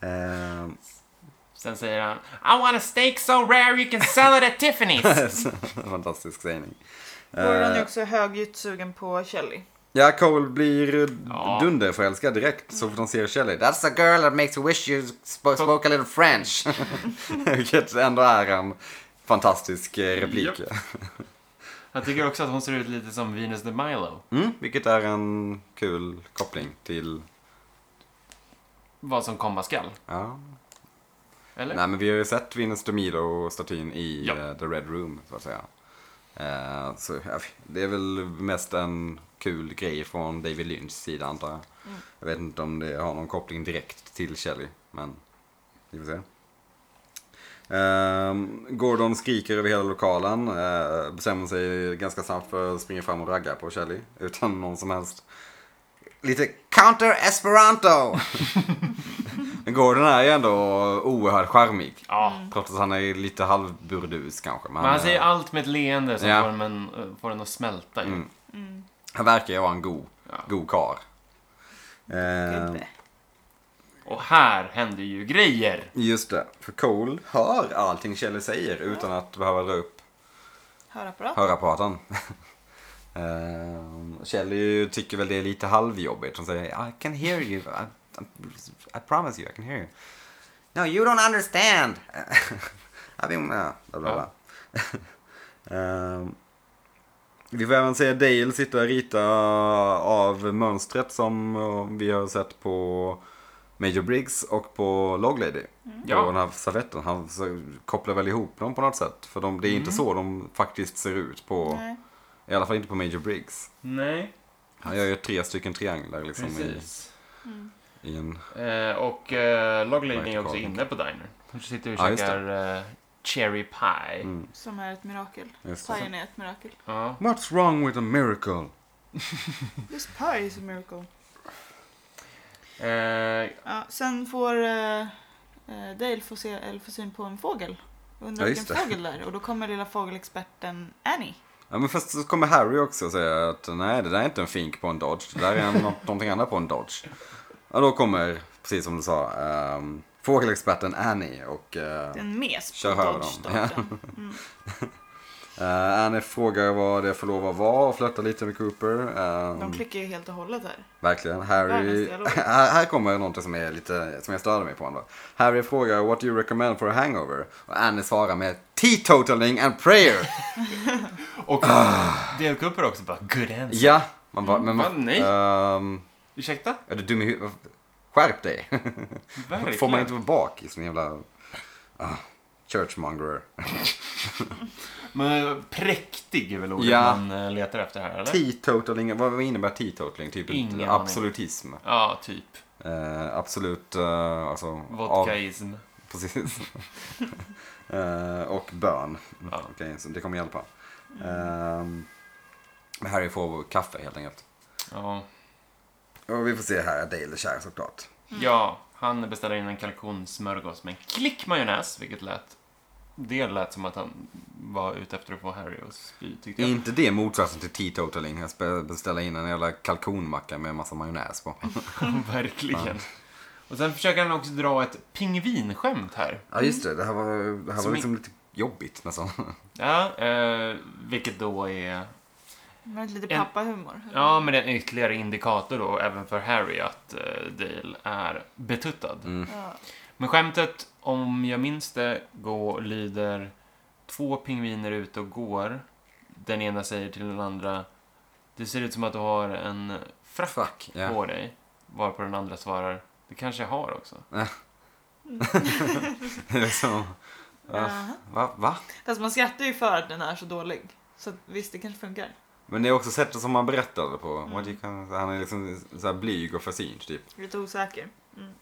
Ehm, (laughs)
Sen säger han I want a steak so rare you can sell it at
(laughs)
Tiffany's.
fantastisk sägning.
Gordon
Eh,
är också högljutt sugen på Shelley.
Ja, Cole blir
Ja.
dunderförälskad direkt så fort hon ser Shelley. That's a girl that makes you wish you sp- spoke a little French. (laughs) Vilket ändå är en fantastisk eh, replik.
Jag tycker också att hon ser ut lite som Venus de Milo.
Mm, vilket är en kul koppling till...
Vad som komma skall.
Ja.
Eller?
Nej, men vi har ju sett Venus de Milo-statyn i
Ja.
eh, The Red Room, så att säga. Eh, så ja, det är väl mest en kul grej från David Lynchs sida, antar jag.
Mm.
Jag vet inte om det har någon koppling direkt till Shelley, men vi får se. Ehm, Gordon skriker över hela lokalen, eh, bestämmer sig ganska snabbt för att springa fram och ragga på Shelley utan någon som helst. Lite counter
(laughs)
esperanto! Men Gordon är ju ändå oerhört charmig.
Ja.
Trots att han är lite halvburdus kanske. Men
Men han
eh,
säger allt med ett leende som
Ja.
får, en, eh, får en att smälta. ju.
Mm. han verkar ju vara en god,
Ja.
god karl. Ehm,
Gubbe.
Och här händer ju grejer.
Just det, för Cole hör allting Kjell säger utan att behöva dra upp
Hörapparat.
hörapparaten. (laughs) Ehm, Kjell tycker väl det är lite halvjobbigt. Hon säger I can hear you. I, I promise you I can hear you. No you don't understand. (laughs) I've been... ja, bla, bla, bla. (laughs) Ehm, vi får även se Dale sitta och rita av mönstret som eh, vi har sett på Major Briggs och på Log Lady.
Ja.
På den här servetten. Han så- kopplar väl ihop dem på något sätt. För de, det är inte så de faktiskt ser ut på,
Nej.
i alla fall inte på Major Briggs.
Nej,
Han gör ju tre stycken trianglar liksom i,
precis.
Mm.
i en...
Eh, och eh, Log Lady är också
Vertikal.
inne på dinern. Hon sitter och
Ja, just det.
käkar eh, cherry pie.
Mm,
Som är ett mirakel.
just det.
Pajen är ett mirakel.
Ja.
What's wrong with a miracle?
This pie is a miracle.
Eh,
Ja, sen får eh, eh, Dale få, se, eller få syn på en fågel. Jag Undrar
Ja, just
vilken
det.
fågel det är. Och då kommer lilla fågelexperten Annie.
Ja men först så kommer Harry också och säger att nej det där är inte en fink på en Dodge. Det där är en, (laughs) någonting annat på en Dodge. Ja då kommer, precis som du sa, ehm, fågelexperten Annie och... eh,
Det är en mes på
Kör över dem.
Dodge-starten.
Eh, Annie frågar vad det för lov att vara och flörtar lite med Cooper. Ehm,
De klickar ju helt och hållet här.
verkligen.
Världens
Harry...
dialog.
(laughs) här, här kommer någonting som, är lite, som jag störde mig på ändå. Harry frågar what do you recommend for a hangover? Och Annie svarar med teetotaling
(laughs)
and prayer.
och delkupper också bara good answer.
Ah. ja, man bara... Men
Fan, nej.
ehm,
Ursäkta?
är du dum i huvudet? Skärp dig!
Verkligen.
Får man inte vara bak i sin jävla... Ah, Churchmongerer.
Men eh, präktig är väl ordet
Ja. Typ.
man eh, letar efter här, eller?
Teetotaling, vad innebär teetotaling? Typ
Ingen aning.
absolutism.
Ja, typ.
Eh, absolut, eh, alltså... av-
Vodkaism.
(laughs) Precis. (laughs) Eh, och bön.
Ja.
Okej, så det kommer hjälpa.
Mm.
Ehm, Men Harry får kaffe helt enkelt.
Ja.
Och vi får se här, Dale är kär såklart.
Mm.
ja, han beställer in en kalkonsmörgås med en klick majonnäs, vilket lät... Det lät som att han var ute efter att få Harry att spy, tyckte
Är
jag.
inte det motsatsen till teetotaling? Att spe- beställa in en jävla kalkonmacka med massa majonnäs på.
(laughs) Verkligen. Och sen försöker han också dra ett pingvinskämt här.
Ja just det, det här var, det här
Som i-
var liksom lite jobbigt nästan.
Ja, eh, vilket då är...
Men lite
En-
pappahumor.
Ja, men det är en ytterligare indikator då, även för Harry, att eh, Dale är betuttad.
Mm.
Ja.
Men skämtet, om jag minns det, går, lyder två pingviner ute och går. Den ena säger till den andra Det ser ut som att du har en frack
(laughs) Fuck, ja. (laughs)
på dig. Varpå den andra svarar Det kanske jag har också.
liksom,
Jaha.
va, va?
Fast man skrattar ju för att den är så dålig. Så att, visst, det kanske funkar.
Men det är också sättet som han berättade på. What you can- Han är liksom så här blyg och försynt typ.
Lite osäker. Mm.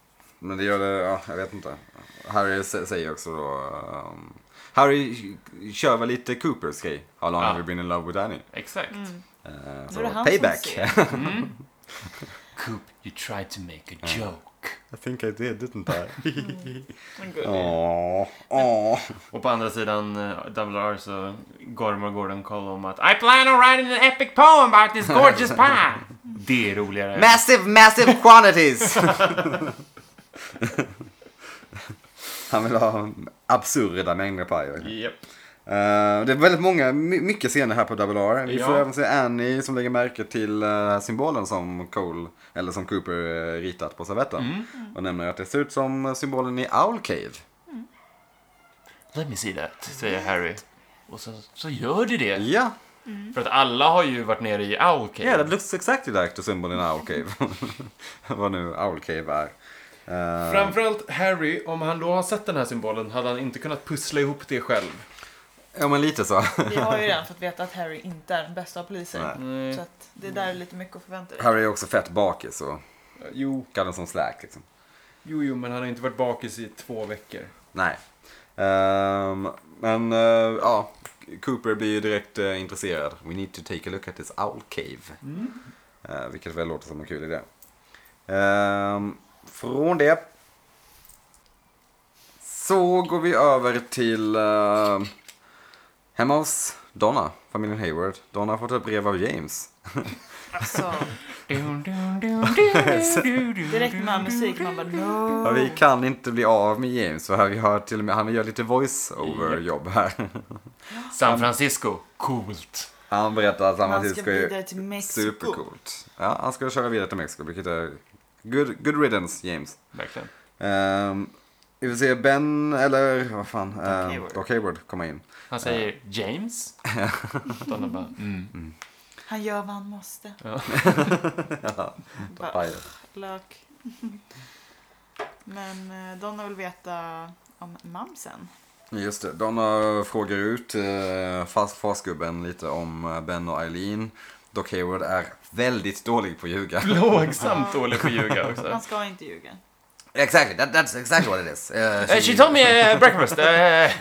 Men det gör det, ja, jag vet inte. Harry sä- säger också då... ehm, Harry kör väl lite Coopers grej. How long
Ja.
have you been in love with Danny?
Exakt.
Mm.
Eh,
är det
så
han
payback.
som
(laughs)
Mm. Coop, you tried to make a joke.
I think I did, didn't (laughs) I?
Men gullig.
Åh, (laughs) åh.
Och på andra sidan eh, Double R så gormar Gordon Cole om att I plan on writing an epic poem about this (laughs) gorgeous pie. Det är roligare.
Massive, massive quantities! (laughs) Han vill ha absurda mängder pajer.
Japp.
Eh, det är väldigt många, my- mycket scener här på Double R. Vi får
Ja.
även se Annie som lägger märke till eh, symbolen som Cole, eller som Cooper eh, ritat på servetten. Och nämner att det ser ut som symbolen i Owl Cave.
Let me see that, säger Harry. Och så, så gör det det.
Ja,
För att alla har ju varit nere i Owl Cave.
yeah, that looks exactly like the symbol in Owl Cave. (laughs) Vad nu Owl Cave är. Eh,
Framförallt Harry, om han då har sett den här symbolen hade han inte kunnat pussla ihop det själv.
ja, men lite så.
Vi har ju redan fått veta att Harry inte är den bästa av poliser.
Nej.
Så att det där är lite mycket att förvänta dig.
Harry är också fett bakis och
Jo,
kallar som släk liksom.
jo, jo, men han har inte varit bakis i två veckor.
Nej. Ehm, men eh, ja, Cooper blir ju direkt eh, intresserad. We need to take a look at this owl cave. Eh, vilket väl låter som en kul idé. Ehm, från det så går vi över till eh, hemma hos Donna, familjen Hayward. Donna har fått ett brev av James.
Alltså,
(laughs)
direkt med all musik, man bara no.
Ja, vi kan inte bli av med James för vi har till och med, han gör lite voice-over-jobb här. (laughs)
San Francisco, coolt.
Han berättar att han
Man
precis
ska
ska ju-
vidare till Mexiko.
Supercoolt. Ja, han ska köra vidare till Mexiko, vilket är good, good riddance, James.
Verkligen.
Ehm, vi får se Ben, eller vad fan, Doc
Hayward.
Doc Hayward komma in.
Han säger
(laughs)
James. Donna bara, mm.
Han gör vad han måste.
(laughs)
Ja.
Bara, lök. Men eh, Donna vill veta om mamsen.
Just det, Donna frågar ut eh, fast fasgubben lite om eh, Ben och Eileen. Doc Hayward är väldigt dålig på att
(laughs)
ljuga.
Plågsamt dålig på att ljuga också.
Man ska inte ljuga.
exactly, that, that's exactly what it is. Eh,
Eh, She told me eh, breakfast. eh.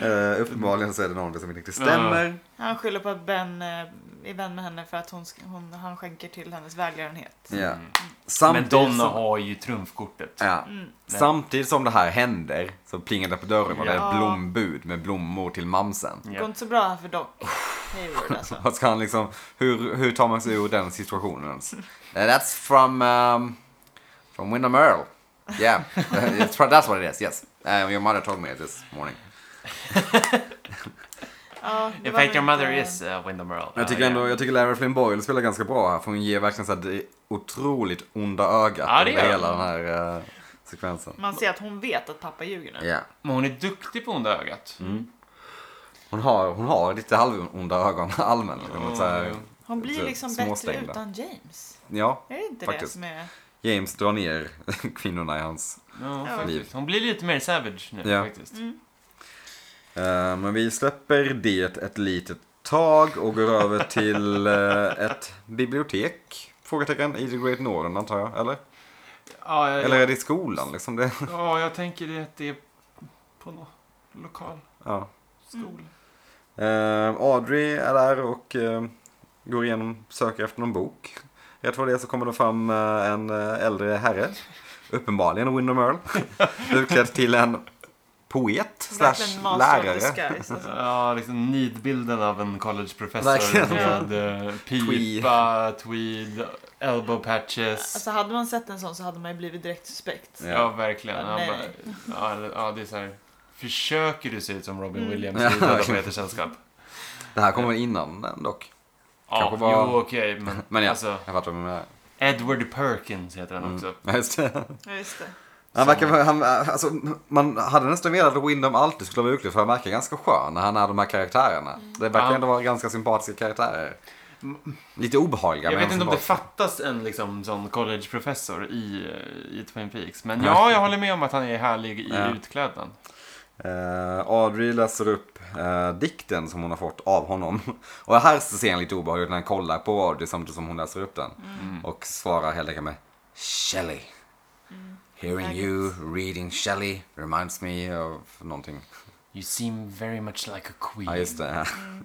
eh, uppenbarligen så är det någonting som inte riktigt stämmer.
Han skyller på att Ben eh, är vän med henne för att hon, sk- hon, han skänker till hennes välgörenhet.
Ja.
Mm. Men
Samtidigt
Donna
som-
har ju trumfkortet.
Ja. Samtidigt som det här händer så plingar det på dörren och det är
Ja.
ett blombud med blommor till mamsen.
Det
Ja.
går inte så bra här för Doc Hayward alltså.
(laughs)
(laughs)
Vad ska han liksom, hur, hur tar man sig ur den situationen ens? Eh, That's from, um, from Wyndham Earl. Yeah, (laughs) it's from, that's what it is, yes. Uh, your mother told me this morning.
Ja, det
In
var
fact your
väl
mother
inte-
is uh, Wyndham Earl.
Jag tycker
Ja,
ändå,
ja.
jag tycker Larry Flynn Boyle spelar ganska bra här för hon ger verkligen så här det otroligt onda ögat
Ja, det
över
gör
hela den här eh, sekvensen.
Man ser att hon vet att pappa ljuger nu.
Ja,
Men hon är duktig på onda ögat.
Mm. hon, har, hon har lite halvonda ögon (laughs) allmänt. liksom, så här,
Ja.
Hon blir
Lite
liksom bättre
småstängda.
utan James.
ja,
Är det inte
Faktiskt.
det som är...
James drar ner (laughs) kvinnorna i hans
Ja,
Ja.
faktiskt. Hon blir lite mer savage nu
Ja.
faktiskt.
Mm.
Eh, men vi släpper det ett litet tag och går
(laughs)
över till eh, ett bibliotek. Frågetecken i The Great Northern antar jag, eller?
Ja, jag,
Eller är det i skolan liksom? Det, (laughs)
ja, jag tänker det att det är på någon lokal
ja.
skola.
Eh, Audrey är där och eh, går igenom, söker efter någon bok. Rätt vad det är så kommer det fram eh, en eh, äldre herre. Uppenbarligen
(laughs)
Windham Earl. Utklädd till en poet
Verkligen
slash
master of
lärare.
disguise. Alltså.
Ja, liksom nidbilden av en collegeprofessor
Verkligen.
med eh, pipa, tweed, elbow patches.
alltså hade man sett en sån så hade man ju blivit direkt suspekt.
Ja.
Ja, verkligen.
Ja,
Han
nej.
bara, ja, eller- ja, det är så här. Försöker du se ut som Robin
Mm.
Williams
Ja,
i Döda
verkligen.
Poeter-sällskap?
Det här kommer innan den dock.
Ja,
Kanske bara-
jo okej, men,
(laughs) Men ja.
alltså
Jag fattar vad du menar.
Edward Perkins heter han
Mm.
också.
Ja, just det.
Ja, just det.
Han verkar, vara- han, alltså, man hade nästan velat att Windom alltid skulle vara olycklig för han verkar ganska skön när han är de här karaktärerna. Det verkar
Mm. Ja. Mm.
ändå vara ganska sympatiska karaktärer. Lite obehagliga.
Jag
men
vet inte om det
sympatiska.
fattas en liksom, sån college-professor i, eh, i Twin Peaks. Men ja, jag håller med om att han är härlig i
Ja.
utklädnaden.
Eh, Audrey läser upp eh, dikten som hon har fått av honom. (laughs) Och här ser han lite obehaglig ut när han kollar på Audrey samtidigt som hon läser upp den.
Mm.
Mm.
Och svarar helt enkelt med Shelley. Hearing you reading Shelley reminds me of någonting.
You seem very much like a queen.
Ja, just det. (laughs)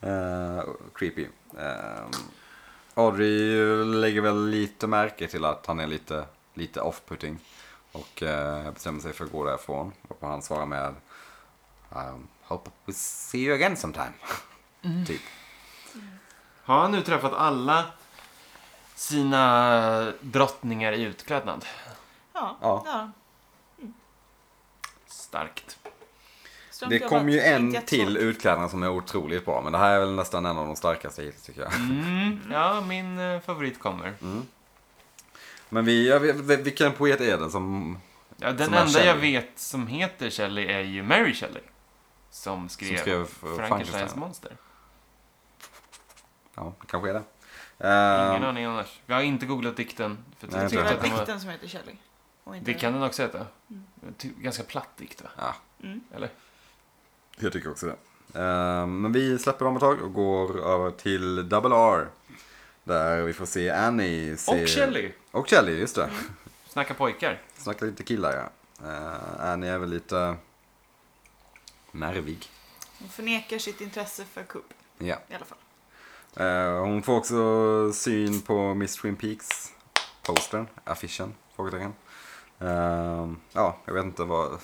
Eh, creepy. Eh, Audrey lägger väl lite märke till att han är lite, lite off-putting. Och eh, bestämmer sig för att gå därifrån. Och han svarar med um, Hope we see you again sometime. (laughs) Typ.
Har han nu träffat alla sina drottningar i utklädnad?
Ja.
Ja.
ja.
Starkt.
Strunt
Det
jobbat.
kom ju en
Inte
till
jättesvårt.
utklädnad som är otroligt bra. Men det här är väl nästan en av de starkaste hittills tycker jag. Mm.
Mm, ja, min eh, favorit kommer.
Men vi, ja, vi, vi- vilken poet är det som,
Ja, den
Som är
enda jag
Shelley.
vet som heter Shelley är ju Mary Shelley. Som skrev,
som skrev
Frankensteins monster.
Ja, det kanske är det.
Ingen
Ehm,
aning annars. Jag har inte googlat dikten. För
Nej,
jag
Jag tror
tyckte
det
att den
var
var...
dikten som heter Shelley. Och inte
Det kan den också heta.
Mm.
Ty- Ganska platt dikt, va?
ja.
Mm.
Eller?
Jag tycker också det. Ehm, Men vi släpper dem ett tag och går över till Double R. Där vi får se Annie. Se...
Och Shelley!
Och Kelly, just det.
Snacka pojkar.
Snacka lite killar ja. Eh, Annie är väl lite nervig.
Hon förnekar sitt intresse för Coop
Ja.
i alla fall.
Eh, Hon får också syn på Miss Twin Peaks. Postern, affischen, frågetecken. Ehm, Ja, jag vet inte vad...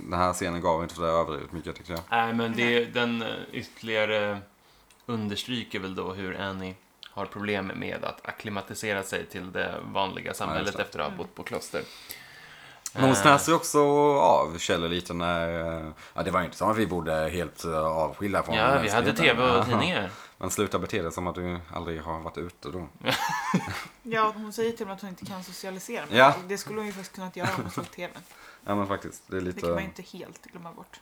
Den här scenen gav inte sådär överdrivet mycket tyckte jag.
Nej, men det, den eh, ytterligare understryker väl då hur Annie har problem med att akklimatisera sig till det vanliga samhället
det.
efter att ha bott på kloster.
Men hon
Eh,
snäser ju också av Kjell lite när... eh, Ja, det var ju inte som att vi borde helt eh, avskilja från
Ja, vi hade
mänskligheten.
tv och
Ja.
tidningar.
Men sluta bete dig som att du aldrig har varit ute då.
Ja, hon säger till och med att hon inte kan socialisera. Men
Ja.
Det skulle hon ju faktiskt kunnat göra om hon såg
(laughs)
TV.
Ja, men faktiskt. Det är
Det kan man ju
lite...
inte helt glömma bort.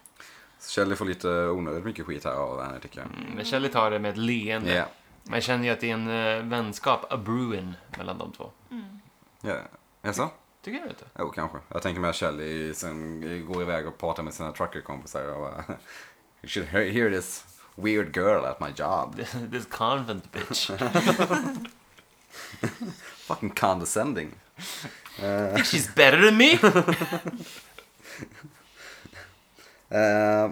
Kjell får lite onödigt mycket skit här av henne tycker jag.
Mm, Men Shelley tar det med ett leende.
Ja,
Man känner ju att det är en eh, vänskap, a brewin, mellan de två.
Mm.
ja. Jaså?
Tycker jag inte.
Jo, kanske. Jag tänker mig att Kjell sen går iväg och pratar med sina truckerkompisar och bara... You should hear hear this weird girl at my job.
This convent (laughs) bitch.
Fucking condescending. Eh,
Think she's better than me?
Eh,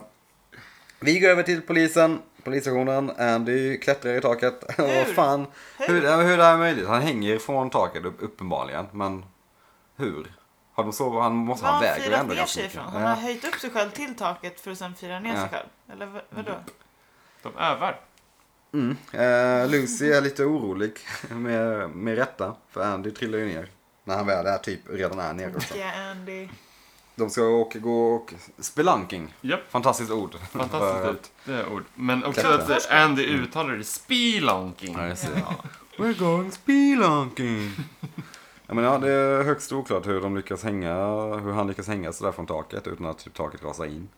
vi går över till polisen, polisstationen. Andy klättrar i taket. (laughs) Åh
Hur?
fan.
Hur?
Hur, ja, hur det här är möjligt? Han hänger från taket upp, uppenbarligen. Men hur? Har de så? Han måste
Vad
ha
har
en
han
väg.
firat ner sig ifrån? Han har
Ja.
höjt upp sig själv till taket för att sen fira ner
Ja.
sig själv. Eller vad- vadå?
De övar.
Mm. Eh, Lucy är lite orolig (laughs) med, med rätta. För Andy trillar ju ner. När han väl är typ redan är nere. också.
Ja, Andy.
De ska åka, gå och... Spelunking.
Japp.
Fantastiskt ord. För-
Fantastiskt det ord. Men också
Klättra.
att eh, Andy uttalar det spelunking.
Ja, just det.
Ja.
We're going spelunking. ja, men ja, det är högst oklart hur de lyckas hänga, hur han lyckas hänga sådär från taket utan att typ taket rasar in.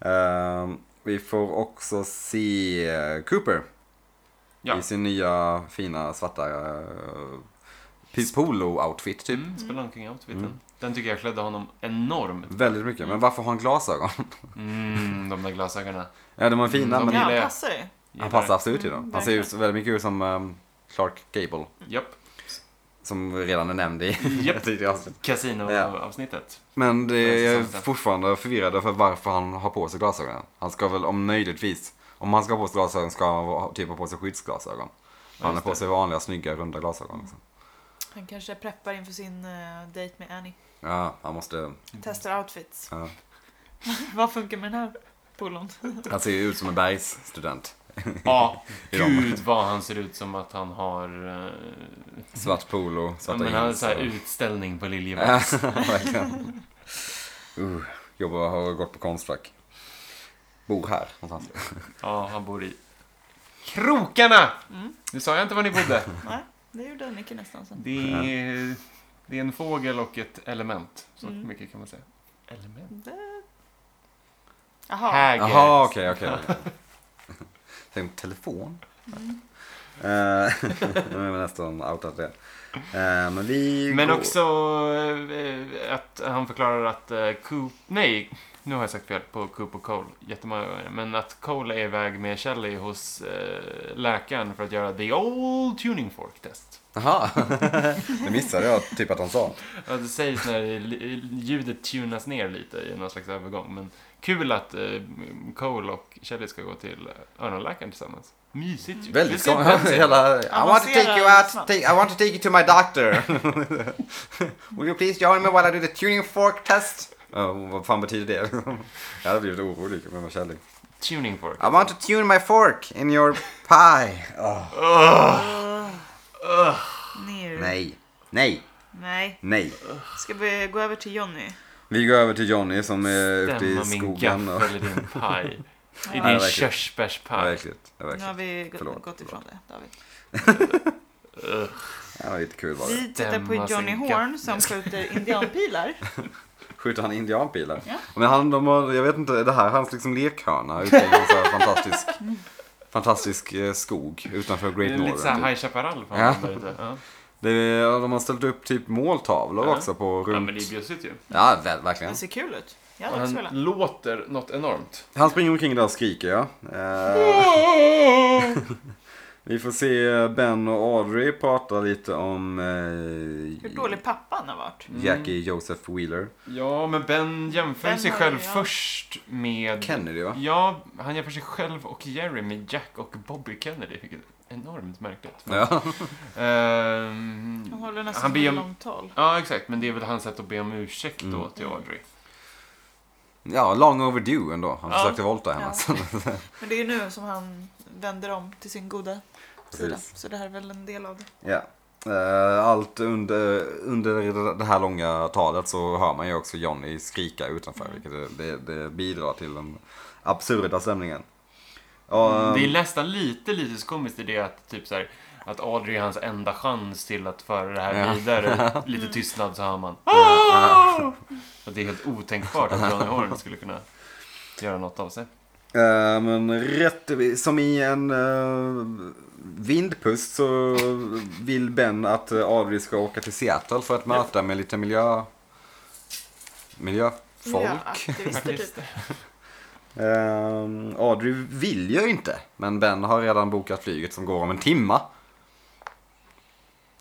Ehm, vi får också se Cooper
Ja.
i sin nya fina svarta eh, Peace Polo-outfit typ.
Mm, Spelunking-outfiten. Den tycker jag klädde honom enormt.
Väldigt mycket. Men varför har han glasögon? (laughs)
Mm, de där glasögonen.
ja, de är fina,
Mm, de
men
Ja,
gillar
han
jag.
passar ju.
Gillar det.
han passar absolut i dem.
Mm,
Han ser ju så- väldigt mycket ut som ehm, Clark Gable.
Japp.
Som redan är nämnd i
Japp.
(laughs) tidigare avsnitt.
Casino-avsnittet.
Men det jag är
Intressant, ja.
fortfarande förvirrad för varför han har på sig glasögon. Han ska väl om möjligtvis, om han ska ha på sig glasögon ska han ha- typ ha på sig skyddsglasögon. Han har
just
på
det.
sig vanliga snygga runda glasögon. Liksom.
Han kanske preppar inför sin uh, dejt med Annie.
Ja, han måste...
Mm.
Testar outfits. (laughs)
Ja.
Vad funkar med den här polon?
Han ser ju ut som en bergsstudent.
Ja,
(laughs) I dem.
gud vad han ser ut som att han har... eh,
Svart polo,
ja,
svarta
men han har
jeans
så här
och-
utställning på Liljeberg.
(laughs) Ja, verkligen. uh, jobbar, har gått på Konstfack. Bor här någonstans.
Ja, han bor i Krokarna!
Mm.
Nu sa jag inte var ni bodde.
(laughs)
Det gjorde Nicke nästan sen.
Det är, det är en fågel och ett element. Så
Mm.
mycket kan man säga. Element?
Det... Jaha.
Häger.
Jaha, okej, okej.
(laughs)
Tänk telefon.
Mm.
Eh, (laughs) Nu är vi nästan outat det. Eh, Men vi...
Men
går-
också eh, att han förklarar att eh, Coop, nej, nu har jag sagt fel på Coop och Cole jättemånga gånger. Men att Cole är iväg med Shelley hos eh, läkaren för att göra the old tuning fork test.
(laughs) Jaha, det missade jag typ att han sa.
Ja, det sägs när li- ljudet tunas ner lite i någon slags övergång. Men kul att eh, Cole och Shelley ska gå till öronläkaren tillsammans. Mysigt ju. Det
Väldigt
ser
konstigt.
bra ut.
(laughs) Hela, I want to take you out,
Avancerad.
take, I want to take you to my doctor. (laughs) Will you please join me while I do the tuning fork test? Ja, vad fan betyder det? (laughs) jag hade blivit orolig om jag var kärlek.
Tuning fork.
I want to tune my fork in your pie. (laughs) Ah, Åh,
Ugh. Ner.
nej, nej,
Nej.
nej.
Ska vi gå över till Jonny?
Vi går över till Johnny som är ute i
Stämma min
skogen. Och...
gaffel i din paj. I
Ja,
din
verkligen.
körsbärspaj.
Ja, verkligen. Ja,
Nu har
verkligen.
vi gå-
Förlåt,
gått ifrån det, David.
Ugh.
Ja, det var lite kul var det.
Vi tittar på
Stämma sin
Johnny Horn som
(laughs)
skjuter indianpilar.
Skjuter han indianpilar?
Ja.
Men han, de har, jag vet inte, det här är hans liksom lekhörna ute i en så här
(laughs)
fantastisk, fantastisk eh, skog utanför
Det är
Great
lite såhär
Northern. Typ.
High Chaparral för
Ja.
honom där ute. Ja.
Det är, ja, de har ställt upp typ måltavlor
Ja.
också på
ja,
runt...
men det är bjussigt ju.
Ja, väl, verkligen.
Det ser kul ut. Jag
Och
hade också
han
velat.
låter något enormt.
Han springer omkring där och skriker ja. Eh, vi får se Ben och Audrey prata lite om eh,
Hur dålig pappan har varit.
Mm.
Jackie Joseph Wheeler.
Ja, men Ben jämför
Ben
sig
har-
själv
ja.
först med...
Kennedy va?
Ja, han jämför sig själv och Jerry med Jack och Bobby Kennedy. Vilket är enormt märkligt.
Ja.
Ehm,
Han håller
Han
nästan
ber
ett
om-
långt tal.
ja, exakt. Men det är väl hans sätt att be om ursäkt då
Mm.
till Audrey.
ja, long overdue ändå. Han
Ja.
försökte
(laughs)
våldta henne.
Ja.
så-
Men det är ju nu som han vänder om till sin goda sida.
Precis.
Så det här är väl en del av det.
Ja. Eh, Allt under, under det här långa talet så hör man ju också Johnny skrika utanför.
Mm.
Vilket det, det, det bidrar till den absurda stämningen. Och,
Mm, Det är
ehm,
nästan lite lyteskomiskt i det att typ så här, att Audrey är hans enda chans till att föra det här
Ja.
vidare.
(laughs)
Lite tystnad så hör man.
Ja.
Och det är helt otänkbart att Johnny Horn skulle kunna göra något av sig.
eh, men rätt som i en eh, vindpust så vill Ben att eh, Audrey ska åka till Seattle för att möta med lite miljö... Miljöfolk.
Miljöaktivister typ.
Ehm, Audrey vill ju inte, men Ben har redan bokat flyget som går om en timma.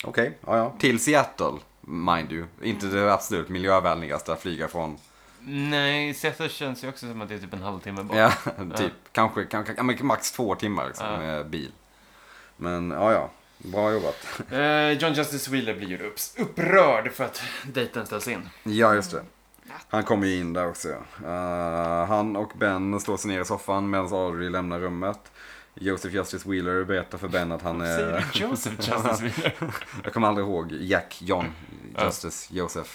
Okej, ja, ja. Till Seattle, mind you. Inte det absolut miljövänligaste att flyga från.
Nej, Seattle känns ju också som att det är typ en halvtimme bort.
Ja, (laughs) typ, kanske, kanske ja, men max två timmar liksom,
Ja.
med bil. Men ja, ja. Bra jobbat.
Eh, John Justice Wheeler blir ju upps- upprörd för att dejten ställs in.
Ja, just det. Han kommer ju in där också. ja. Eh, han och Ben slår sig ner i soffan medan Audrey lämnar rummet. Joseph Justice Wheeler berättar för Ben att han är...
Säger du
(laughs)
Joseph Justice Wheeler?
Jag kommer aldrig ihåg Jack, John,
Ja.
Justice, Joseph.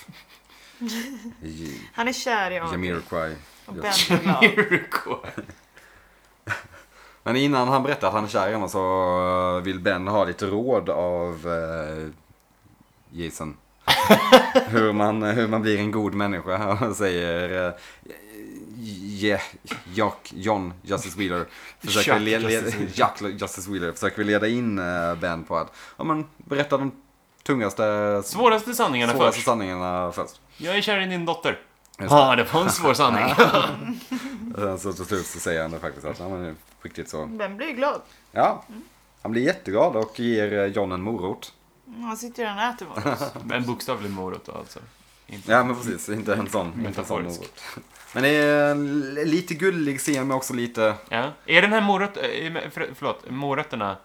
J-
Han är kär i Audrey.
Jamiroquai.
Och
Just-
Ben är glad.
Iroquois.
Men innan han berättar att han är kär i henne så eh, vill Ben ha lite råd av eh,
(laughs)
Jason. hur, man, hur man blir en god människa. Han säger eh, Je- Jack, John, Justice Wheeler. Försöker
Jack
le, le, (laughs)
Justice Wheeler.
Jack Justice Wheeler. Försöker vi leda in eh, Ben på att ja, men, berätta de tungaste,
Svåraste sanningarna
svåraste
först.
sanningarna först.
Jag är kär i din dotter.
Just
Ja, ah, det var en svår sanning. (laughs)
Och sen så till slut så säger han det faktiskt att han är riktigt så.
Ben blir ju glad.
Ja, han blir jätteglad och ger eh, John en morot.
Han sitter ju redan och äter morot.
(laughs)
en bokstavlig morot då, alltså. Inte.
Ja men precis, inte en sån, inte en sån
Metaforisk.
morot. Men det är en l- lite gullig scen men också lite
Ja. Är den här morot... eh, för- Förlåt, morötterna.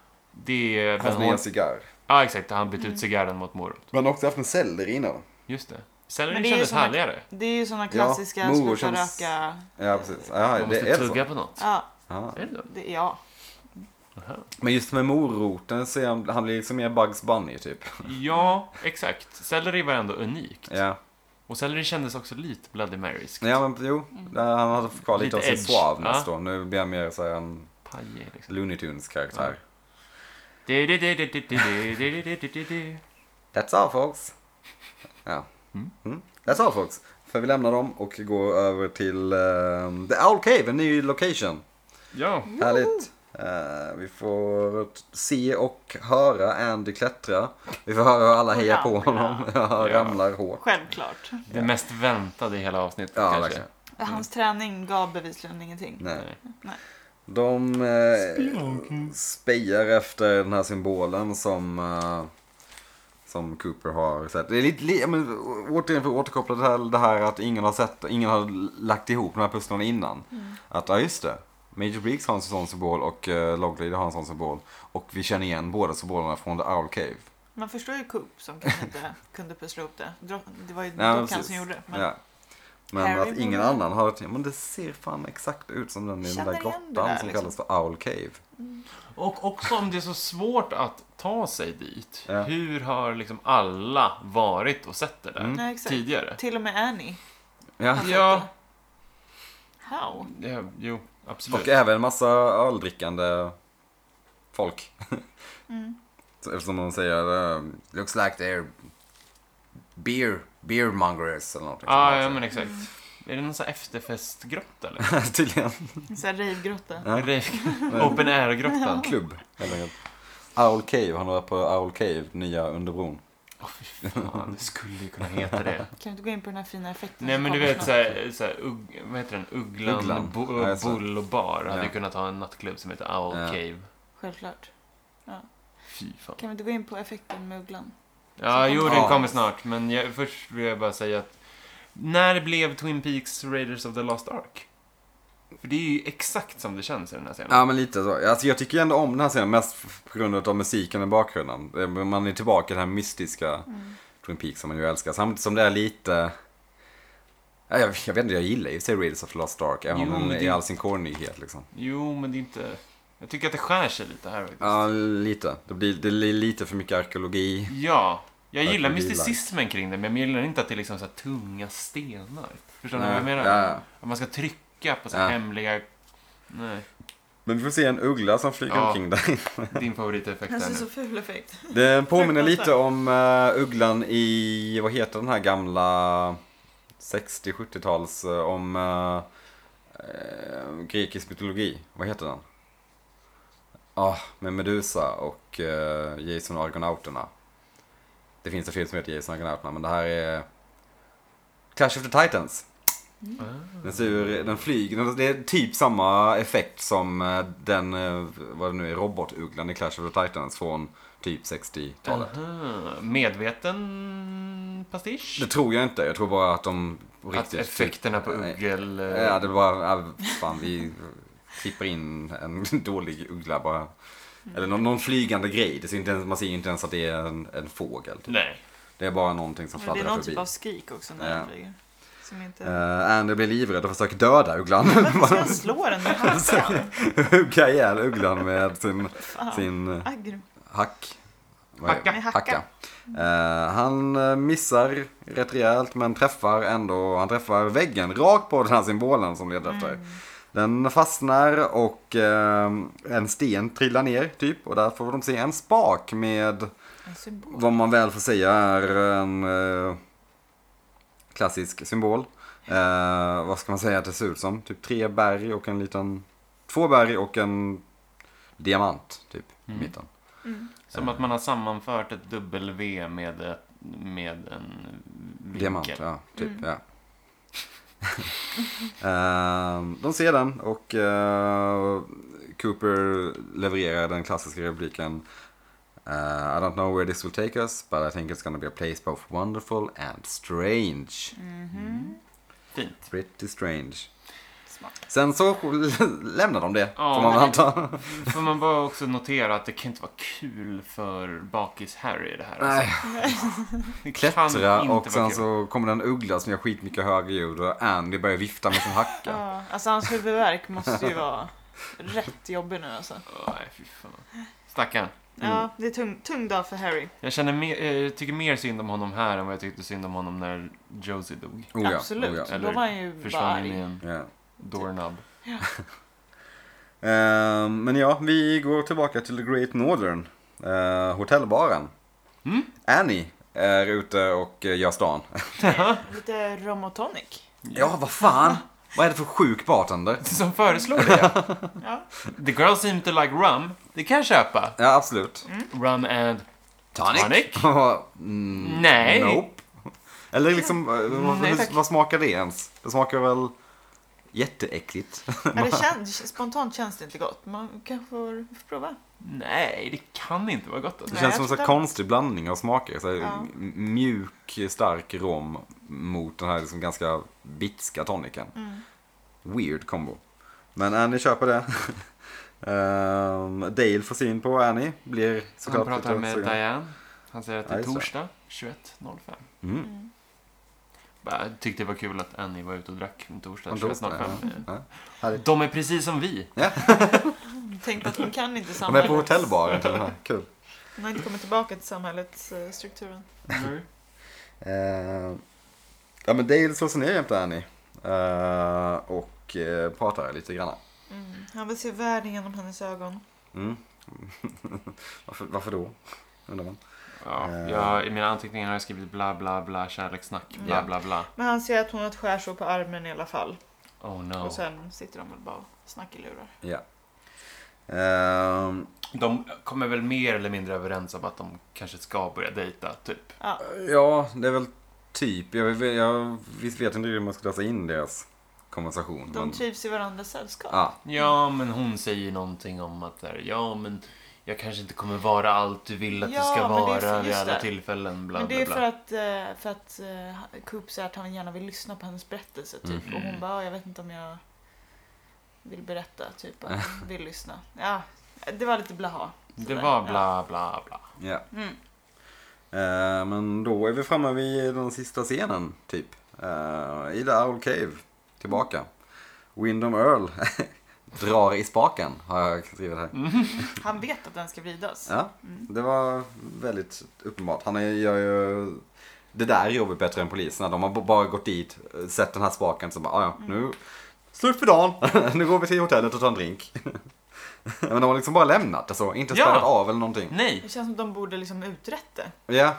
Det är...
hans
Ben
nya
Hol-
cigarr.
ja, exakt. Han bytte
Mm.
ut cigarren mot morot.
Men han har också haft en selleri innan.
Just det.
Men
Selleri
det är ju
kändes
som en-
härligare.
Det är ju sådana
Ja,
klassiska
morot
sluta
känns-
röka.
Ja precis, ja,
Man
det
måste
är så.
tugga på något.
Ja,
Ja.
Är det så?
det, ja.
Men just med moroten så är han, han blir liksom mer Bugs Bunny typ.
Ja, exakt. Selleri var ändå unikt.
Ja,
Och selleri kändes också lite Bloody Marys.
ja men jo, han hade kvar lite,
Mm. Lite
av sin
edge,
suavness då. Nu blir han mer så här en
Pajig, liksom.
Looney Tunes karaktär. That's all folks. Ja.
Mm.
Mm. That's all folks. För vi lämnar dem och går över till ehm, The Owl Cave, en ny location.
Ja.
Härligt. Eh, vi får t- se och höra Andy klättra. Vi får höra hur alla hejar på
ramla.
honom. (laughs) Ja, han
Ja.
ramlar hårt.
Självklart.
Det mest väntade i hela avsnittet
Ja,
kanske.
verkligen.
Hans träning gav bevisligen ingenting.
Nej.
Nej.
De eh, spejar efter den här symbolen som, eh, som Cooper har sett. Det är lite, li- ja, men, å- återigen för att återkoppla till det här att ingen har sett, ingen har lagt ihop de här pusslarna innan.
Mm.
Att, ja just det. Major Briggs har en sån symbol och eh, Loglady har en sån symbol. Och vi känner igen båda symbolerna från The Owl Cave.
Man förstår ju Coop som kanske inte (laughs) kunde pussla ihop det. Dro- Det var ju
Nej, men
dockan
precis.
som gjorde det. Men
Ja. Men
Harry
att ingen
borde-
annan har... Men det ser fan exakt ut som den i den
Känner
där
igen
grottan
det där,
som
liksom.
kallas för Owl Cave.
Och också om det är så svårt att ta sig dit.
Ja.
Hur har liksom alla varit och sett det där
Mm.
Nej, exakt.
tidigare?
Till och med Annie. Alltså,
Ja.
Ja,
How?
ja, jo, absolut.
Och även massa öldrickande folk.
Mm.
Så Eftersom de säger um, looks like they're beer, beer mongers eller någonting.
Ah, ja, men exakt. Är det någon sån här efterfestgrotta eller?
(laughs) Tydligen.
En sån här ravegrotta.
(laughs)
Ja.
Open air-grottan.
Klubb. Eller Owl Cave, han var på Owl Cave, nya under bron.
Åh, fy fan, det skulle ju kunna heta
(laughs)
det.
Kan du inte gå in på den här fina effekten?
Nej,
som
men du
kommer
vet
snart?
såhär, såhär ugg, vad heter den? Ugglan,
Ugglan.
Bo,
Ja, jag sa-
Bull och Bar hade
Ja.
ju kunnat ha en nattklubb som heter Owl
Ja.
Cave.
Självklart.
Fy fan.
Kan vi inte gå in på effekten med ugglan?
Ja,
Så
jo,
kom-
den
Ja.
kommer snart. Men jag, först vill jag bara säga att när blev Twin Peaks Raiders of the Lost Ark? För det är ju exakt som det känns i den här scenen.
Ja men lite så. Alltså, jag tycker ju ändå om den här scenen mest på grund av musiken i bakgrunden. Eh, men Man är tillbaka i den här mystiska Twin Peaks som man ju älskar. Samtidigt som det är lite... Ja, Jag, jag vet inte, jag gillar ju i och för sig Raiders of the Lost Ark. Även
Jo,
om
men
den
det-
i all sin kornighet liksom.
Jo, men det är inte... Jag tycker att det skär sig lite här faktiskt.
Ja, lite. Det blir, det blir lite för mycket arkeologi.
Ja. Jag
Jag
gillar
gillar.
mysticismen kring det, men jag gillar inte att det är liksom så här tunga stenar. Förstår ni vad jag
Nej,
menar?
ja, ja.
Att man ska trycka på så här
Ja.
hemliga... Nej,
Men vi får se en uggla som flyger
Ja.
omkring där. (laughs)
din favoriteffekt
Det
där
är
nu.
Alltså, så ful effekt.
Det påminner lite om eh, ugglan i, vad heter den här gamla 60-70-tals, eh, om eh, eh, grekisk mytologi. Vad heter den? Ja, med Medusa och eh, Jason och Argonauterna. Det finns en film som heter Jason och Argonauterna, men det här är Clash of the Titans. Den, ser ur, den flyger, den- det är typ samma effekt som eh, den, eh, vad det nu är, robotugglan i Clash of the Titans från typ 60-talet.
Mm. Aha. Medveten pastisch?
Det tror jag inte, jag tror bara att de
Att
riktigt... typ.
effekterna på uggel... eh,
Ja, det var, ja, fan vi klipper in en (laughs) dålig uggla bara. Eller någon, någon flygande grej, det ser inte ens, man ser ju inte ens att det är en, en fågel. Typ.
Nej.
Det är bara någonting som
Men det är
fladdrar
någon
förbi.
typ av skrik också när
Ja.
den flyger. Som inte...
Eh, Andy blir livrädd och försöker döda ugglan.
Varför
(laughs)
ska han slå den med
Alltså.
hackan?
Hugga ihjäl ugglan med sin,
Fan.
sin eh,
Aggro.
Hack. Vad är-
Hacka.
Med hacka.
Eh, han eh, missar rätt rejält men träffar ändå, han träffar väggen rakt på den här symbolen som leder efter. Den fastnar och eh, en sten trillar ner typ och där får de se en spak med
En symbol.
vad man väl får säga är en eh, klassisk symbol. Eh, vad ska man säga att det ser ut som? Typ tre berg och en
Mm.
liten, två berg och en diamant typ i mitten.
Som att man har sammanfört ett W med, ett, med en vinkel.
Diamant, ja. Typ, ja. (laughs) Ehm, de ser den och eh, Cooper levererar den klassiska repliken eh, I don't know where this will take us but I think it's gonna be a place both wonderful and strange.
Mm. Fint.
Pretty strange.
Smart.
Sen så (laughs) lämnar de det,
Ja.
får man väl anta.
Får man bara också notera att det kan inte vara kul för bakis-Harry det här. alltså.
Nej,
det kan
klättra
inte
och
vara
sen
kul.
så kommer det en uggla som gör skitmycket högre ljud och Andy börjar vifta med sin hacka.
(laughs) Ja, alltså hans huvudvärk måste
(laughs)
ju vara rätt jobbig nu alltså.
Nej, fy fan. Stackarn.
Ja,
Mm.
det är tung, tung dag för Harry.
Oh
Jag känner mer, eh, jag tycker mer synd om honom här än vad jag tyckte synd om honom när Josie dog.
Oh ja, Eh,
Absolut.
oh ja.
Då var han ju bara
Försvann in
arg.
i en
Ja.
doorknob.
Ehm, men ja, vi går tillbaka till The Great Northern. eh, hotellbaren.
Mm.
Annie är ute och eh, gör stan.
Lite rom och tonic.
Ja, vad fan! Vad är det för sjuk bartender?
Som föreslår det.
Ja.
The girl seem to like rum. Det kan jag köpa.
Ja, absolut.
Rum and...
Tonic?
Mm. Tonic? (laughs)
mm,
Nej.
Nope. Eller liksom, eh, vad,
Nej,
hur-
tack.
vad smakar det ens? Det smakar väl jätteäckligt.
Ja,
(laughs)
det känns, spontant känns det inte gott. Man kanske får får prova.
Nej, det kan inte vara gott. Alltså.
Nej,
Det känns
jag
som en
tror
sån här
inte-
konstig blandning av smaker. Så här,
Ja.
m- Mjuk, stark rom mot den här liksom ganska bitska toniken. Weird combo. Men Annie köper det. (laughs) Ehm, Dale får syn på Annie. Blir
Han
såklart
pratar
lite
med
sugen.
Diane. Han säger att det
Ja,
är
just det.
torsdag 21.05.
Mm.
Bara, Jag Äh, tyckte det var kul att Annie var ute och drack en torsdag
Om torsdag,
21.05.
ja.
De är precis som vi.
Mm. Tänk att hon kan inte
De är
samhällets...
på hotellbaren till och med. Kul.
Hon har inte kommit tillbaka till samhällsstrukturen.
Ehm, ja men Dale slår sig ner jämte Annie. Ehm, och eh, pratar lite grann.
Mm. Han vill se världen genom hennes ögon.
Mm. (laughs) varför, varför då? Undrar man.
Ja,
Eh.
jag, I mina anteckningar har jag skrivit bla bla bla kärlekssnack. Bla
Ja.
bla bla.
Men han ser att hon har ett skärsår på armen i alla fall.
Oh no.
Och sen sitter de väl bara och snackar lurar.
Ja. Ehm,
De kommer väl mer eller mindre överens om att de kanske ska börja dejta, typ.
Ja.
ja, det är väl typ. Jag, vet- jag visst vet inte hur man ska läsa in deras konversation.
De typ- trivs i varandras sällskap.
ja.
Ja, men hon säger någonting om att där, ja, men jag kanske inte kommer vara allt du vill att
Ja,
du ska
men det är
vara
för-
vid
just
alla
det.
tillfällen, bla
Men det är
bla
för
bla.
att, eh, för att eh, Coop säger att han gärna vill lyssna på hennes berättelse typ.
Mhm.
Och hon bara, "Ah, jag vet inte om jag vill berätta typ. Att hon vill lyssna. Ja, det var lite blaha.
Det
Sådär.
var bla bla bla.
ja.
Mm.
Ehm, men då är vi framme vid den sista scenen, typ. Ehm, I The Owl Cave. Tillbaka. Windom Earl (laughs) drar i spaken, har jag skrivit här.
Han vet att den ska vridas.
Ja,
Mm.
det var väldigt uppenbart. Han är- gör ju det där jobbet bättre än poliserna. De har b- bara gått dit, sett den här spaken, så bara, "Ah, ja,
Mm.
nu slut för dagen. (laughs) nu går vi till hotellet och tar en drink. (laughs) Men de har liksom bara lämnat det så, inte
Ja.
spärrat av eller någonting.
Nej!
Det känns som de borde liksom utrett det.
Ja,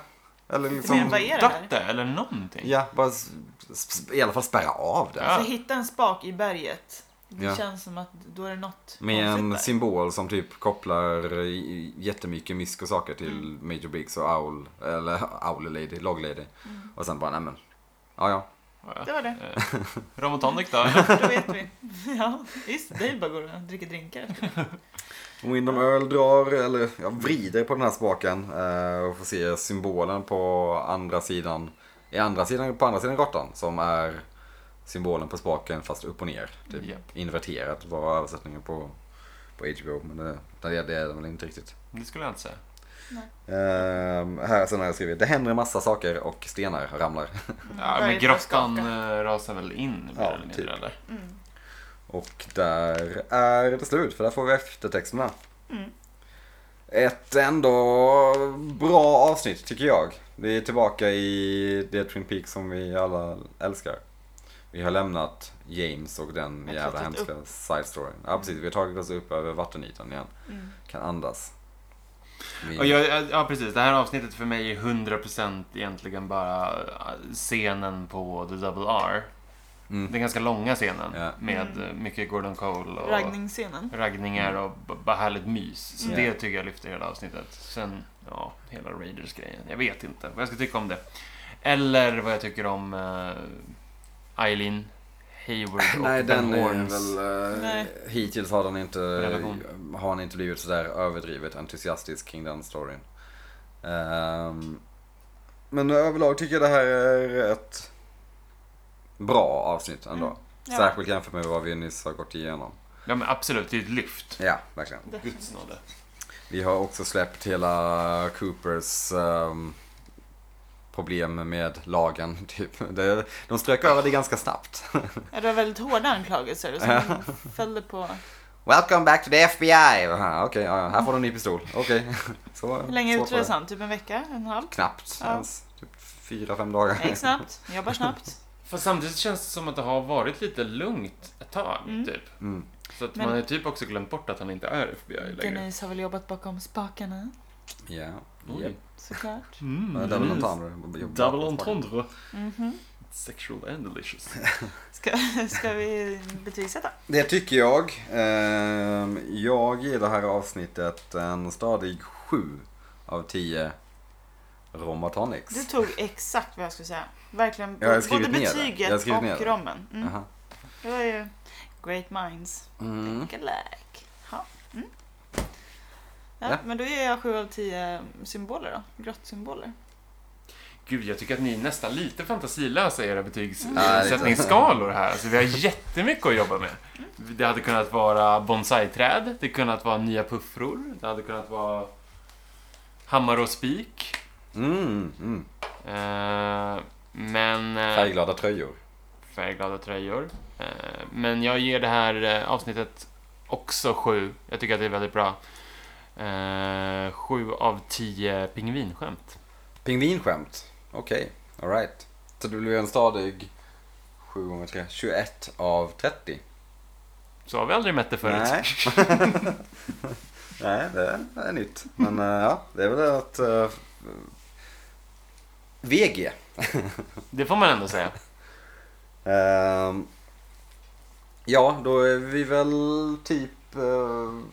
eller
men
liksom,
vad är det här?
Datte eller någonting.
ja, bara s- s- i alla fall spärra av det.
Ja.
Så Alltså, hitta en spak i berget. Det
Ja.
känns som att då är det något
Med
konstigt
en
där.
symbol som typ kopplar i- jättemycket mysk och saker till
Mm.
Major Briggs och Owl, eller Owl Lady, Log Lady.
Mm.
Och sen bara, nej men, ja ja.
Det var det.
Eh, Rom och tonic då,
(laughs)
eller?
Då vet vi. (laughs) Ja, visst. Det är ju bara att gå och dricka drinkar
(laughs)
efter.
Windom Earl drar, eller ja, vrider på den här spaken eh, och får se symbolen på andra sidan, i andra sidan, på andra sidan grottan som är symbolen på spaken fast upp och ner. Typ.
Japp.
Inverterat var översättningen på, på HBO, men det, det, det är den väl inte riktigt.
Det skulle jag inte säga.
Ehm, här sen har jag skrivit, det händer en massa saker och stenar ramlar.
Ja,
Berget
men grottan
skakar.
eh, rasar väl in mer
Ja,
eller mindre,
typ.
eller?
Och där är det slut, för där får vi eftertexterna.
Mm.
Ett ändå bra avsnitt tycker jag. Vi är tillbaka i det Twin Peaks som vi alla älskar. Vi har lämnat James och den
Vi har
jävla
klättrat
hemska side storyn. Ja precis, vi har tagit oss upp över vattenytan igen.
Mm.
Kan andas. Vi-
Och jag, ja, precis. Det här avsnittet för mig eh, är 100% egentligen bara scenen på The Double R.
Mm.
Den ganska långa scenen
Ja.
med
Mm.
eh, mycket Gordon Cole och
Raggningsscenen.
raggningar och b- bara härligt mys. Så
Mm.
det tycker jag lyfter hela avsnittet. Sen, ja, hela Raiders-grejen. Jag vet inte vad jag ska tycka om det. Eller vad jag tycker om eh, Eileen Hayward och
(laughs) Nej,
Ben
den är
Horns.
väl... eh,
Nej.
Hittills har den inte,
Relation.
har han inte blivit sådär överdrivet entusiastisk kring den storyn. Ehm, men överlag tycker jag det här är ett bra avsnitt ändå.
Mm, ja.
Särskilt jämfört med vad vi nyss har gått igenom.
Ja, men absolut. Det är ett lyft.
Ja, verkligen.
Guds nåde.
Vi har också släppt hela Coopers ehm, problem med lagen. (laughs) Typ. Det, de strök över det ganska snabbt.
Ja, det var väldigt hårda anklagelser som följde på...
Welcome back to the FBI! Aha, Okej, ja, ja, här får du en ny pistol. Okej. (laughs) Så-
Hur länge
så får
utreddes
det.
han? Typ en vecka? En och en halv?
Knappt
Ja.
ens. Typ fyra, fem dagar.
Det gick snabbt. Han jobbar
(laughs)
snabbt.
Fast samtidigt känns det som att det har varit lite lugnt ett tag,
Mm.
typ.
Mm.
Så att
Men-
man har typ också glömt bort att han inte är FBI längre.
Denise har väl jobbat bakom spakarna,
Ja.
Oj.
Japp.
såklart.
Mm,
Double
Denise.
entendre.
Double entendre.
Mhm.
Sexual and
(laughs)
delicious.
Ska, ska vi betygsätta?
Det tycker jag. Ehm, Jag ger det här avsnittet en stadig 7 av 10 romatonics.
Du tog exakt vad jag skulle säga. Verkligen.
Jag har
både
skrivit ner det. Jag har
betyget
skrivit ner
och
det.
rommen. Mm.
Jaha.
Det var ju great minds.
Mm.
Think alike. Ja. Mm. Ja,
Ja.
Men då ger jag 7 av 10 symboler då. Grottsymboler.
Gud, jag tycker att ni är nästan lite fantasilösa i era
Ja, lite.
betygssättningsskalor här. Alltså,
(laughs)
vi har jättemycket att jobba med. Det hade kunnat vara bonsai-träd, det kunnat vara nya puffror, det hade kunnat vara hammare och spik.
Mm. Mm.
Eh, men... eh,
Färgglada tröjor.
färgglada tröjor. Eh, Men jag ger det här eh, avsnittet också sju. Jag tycker att det är väldigt bra. Eh, Sju av tio pingvinskämt.
Pingvinskämt. Okej, alright. Så det blir en stadig 7 gånger 3, 21 av 30.
Så har vi aldrig mätt det förut.
Nej. Nej, det är nytt. Men eh, ja, det är väl det att... eh, VG.
(laughs) Det får man ändå säga.
Ehm, ja, då är vi väl typ eh,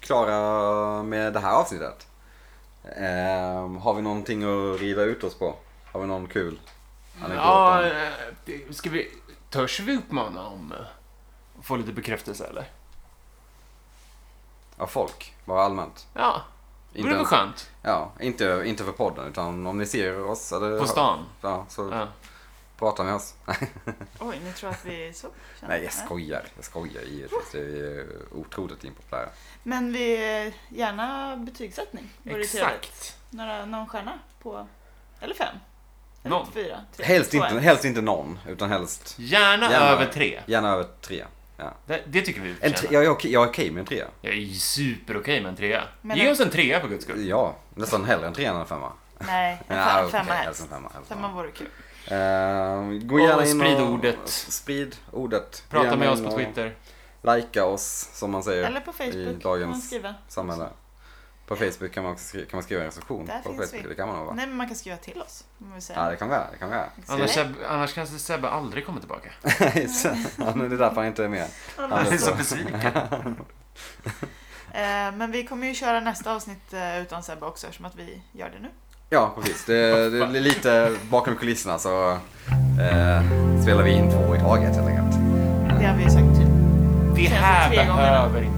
klara med det här avsnittet. Ehm, har vi någonting att rida ut oss på? Har vi någon kul
Ja,
anekdot?
eh, det- ska vi... Törs vi uppmana om eh, att få lite bekräftelse eller?
Av folk, bara allmänt.
Ja, det
Inte
vore väl
ens-
skönt.
Ja, inte, inte för podden utan om ni ser oss eller...
På stan.
Ja, så
Ja.
prata med oss.
Oj, ni tror att vi är så kända?
Nej, jag skojar. Jag skojar givetvis. Det är ju otroligt impopulära.
Men vi gärna betygssättning. Vore det trevligt.
Exakt.
Några, någon stjärna på... Eller fem? Eller
Någon.
fyra? Typ Tre,
Helst
två,
inte,
en.
helst inte någon, utan helst
Gärna,
Gärna.
över tre.
gärna över tre.
Det, det tycker vi
En tre
förtjänar.
jag, är okej, jag är okej med en trea.
Jag är superokej med en trea.
Men
Ge
en-
oss en trea för guds skull.
Ja, nästan hellre en trea än en femma.
Nej, en
Ja,
fem,
okej,
femma helst.
helst en femma. helst en
Femma
femma.
vore kul.
Ehm, gå
Och
gärna in
sprid
och-
ordet.
Sprid ordet. Gå
Prata
gärna
med
in
oss på
och
Twitter.
Likea oss, som man säger
Eller på
Eh, i
Facebook kan man
dagens
skriva.
samhälle. På Facebook kan man, också skri- kan man skriva en recension.
Där
på
finns vi.
Facebook. Det kan man nog va?
Nej, men man kan skriva till oss. Om vi säger.
Ja, det kan vi göra. Det kan vi göra.
Annars,
Nej.
Seb, annars kanske Sebbe aldrig kommer tillbaka.
(laughs) Han är det är därför han inte är med.
Han är
är
Alltså,
så
så
besviken.
Eh, Men vi kommer ju köra nästa avsnitt eh, utan Sebbe också eftersom att vi gör det nu.
Ja, precis. Det, det är lite bakom kulisserna så eh, spelar vi in två i taget helt enkelt.
Det har vi ju sagt typ
Det här
Tre gånger.
behöver inte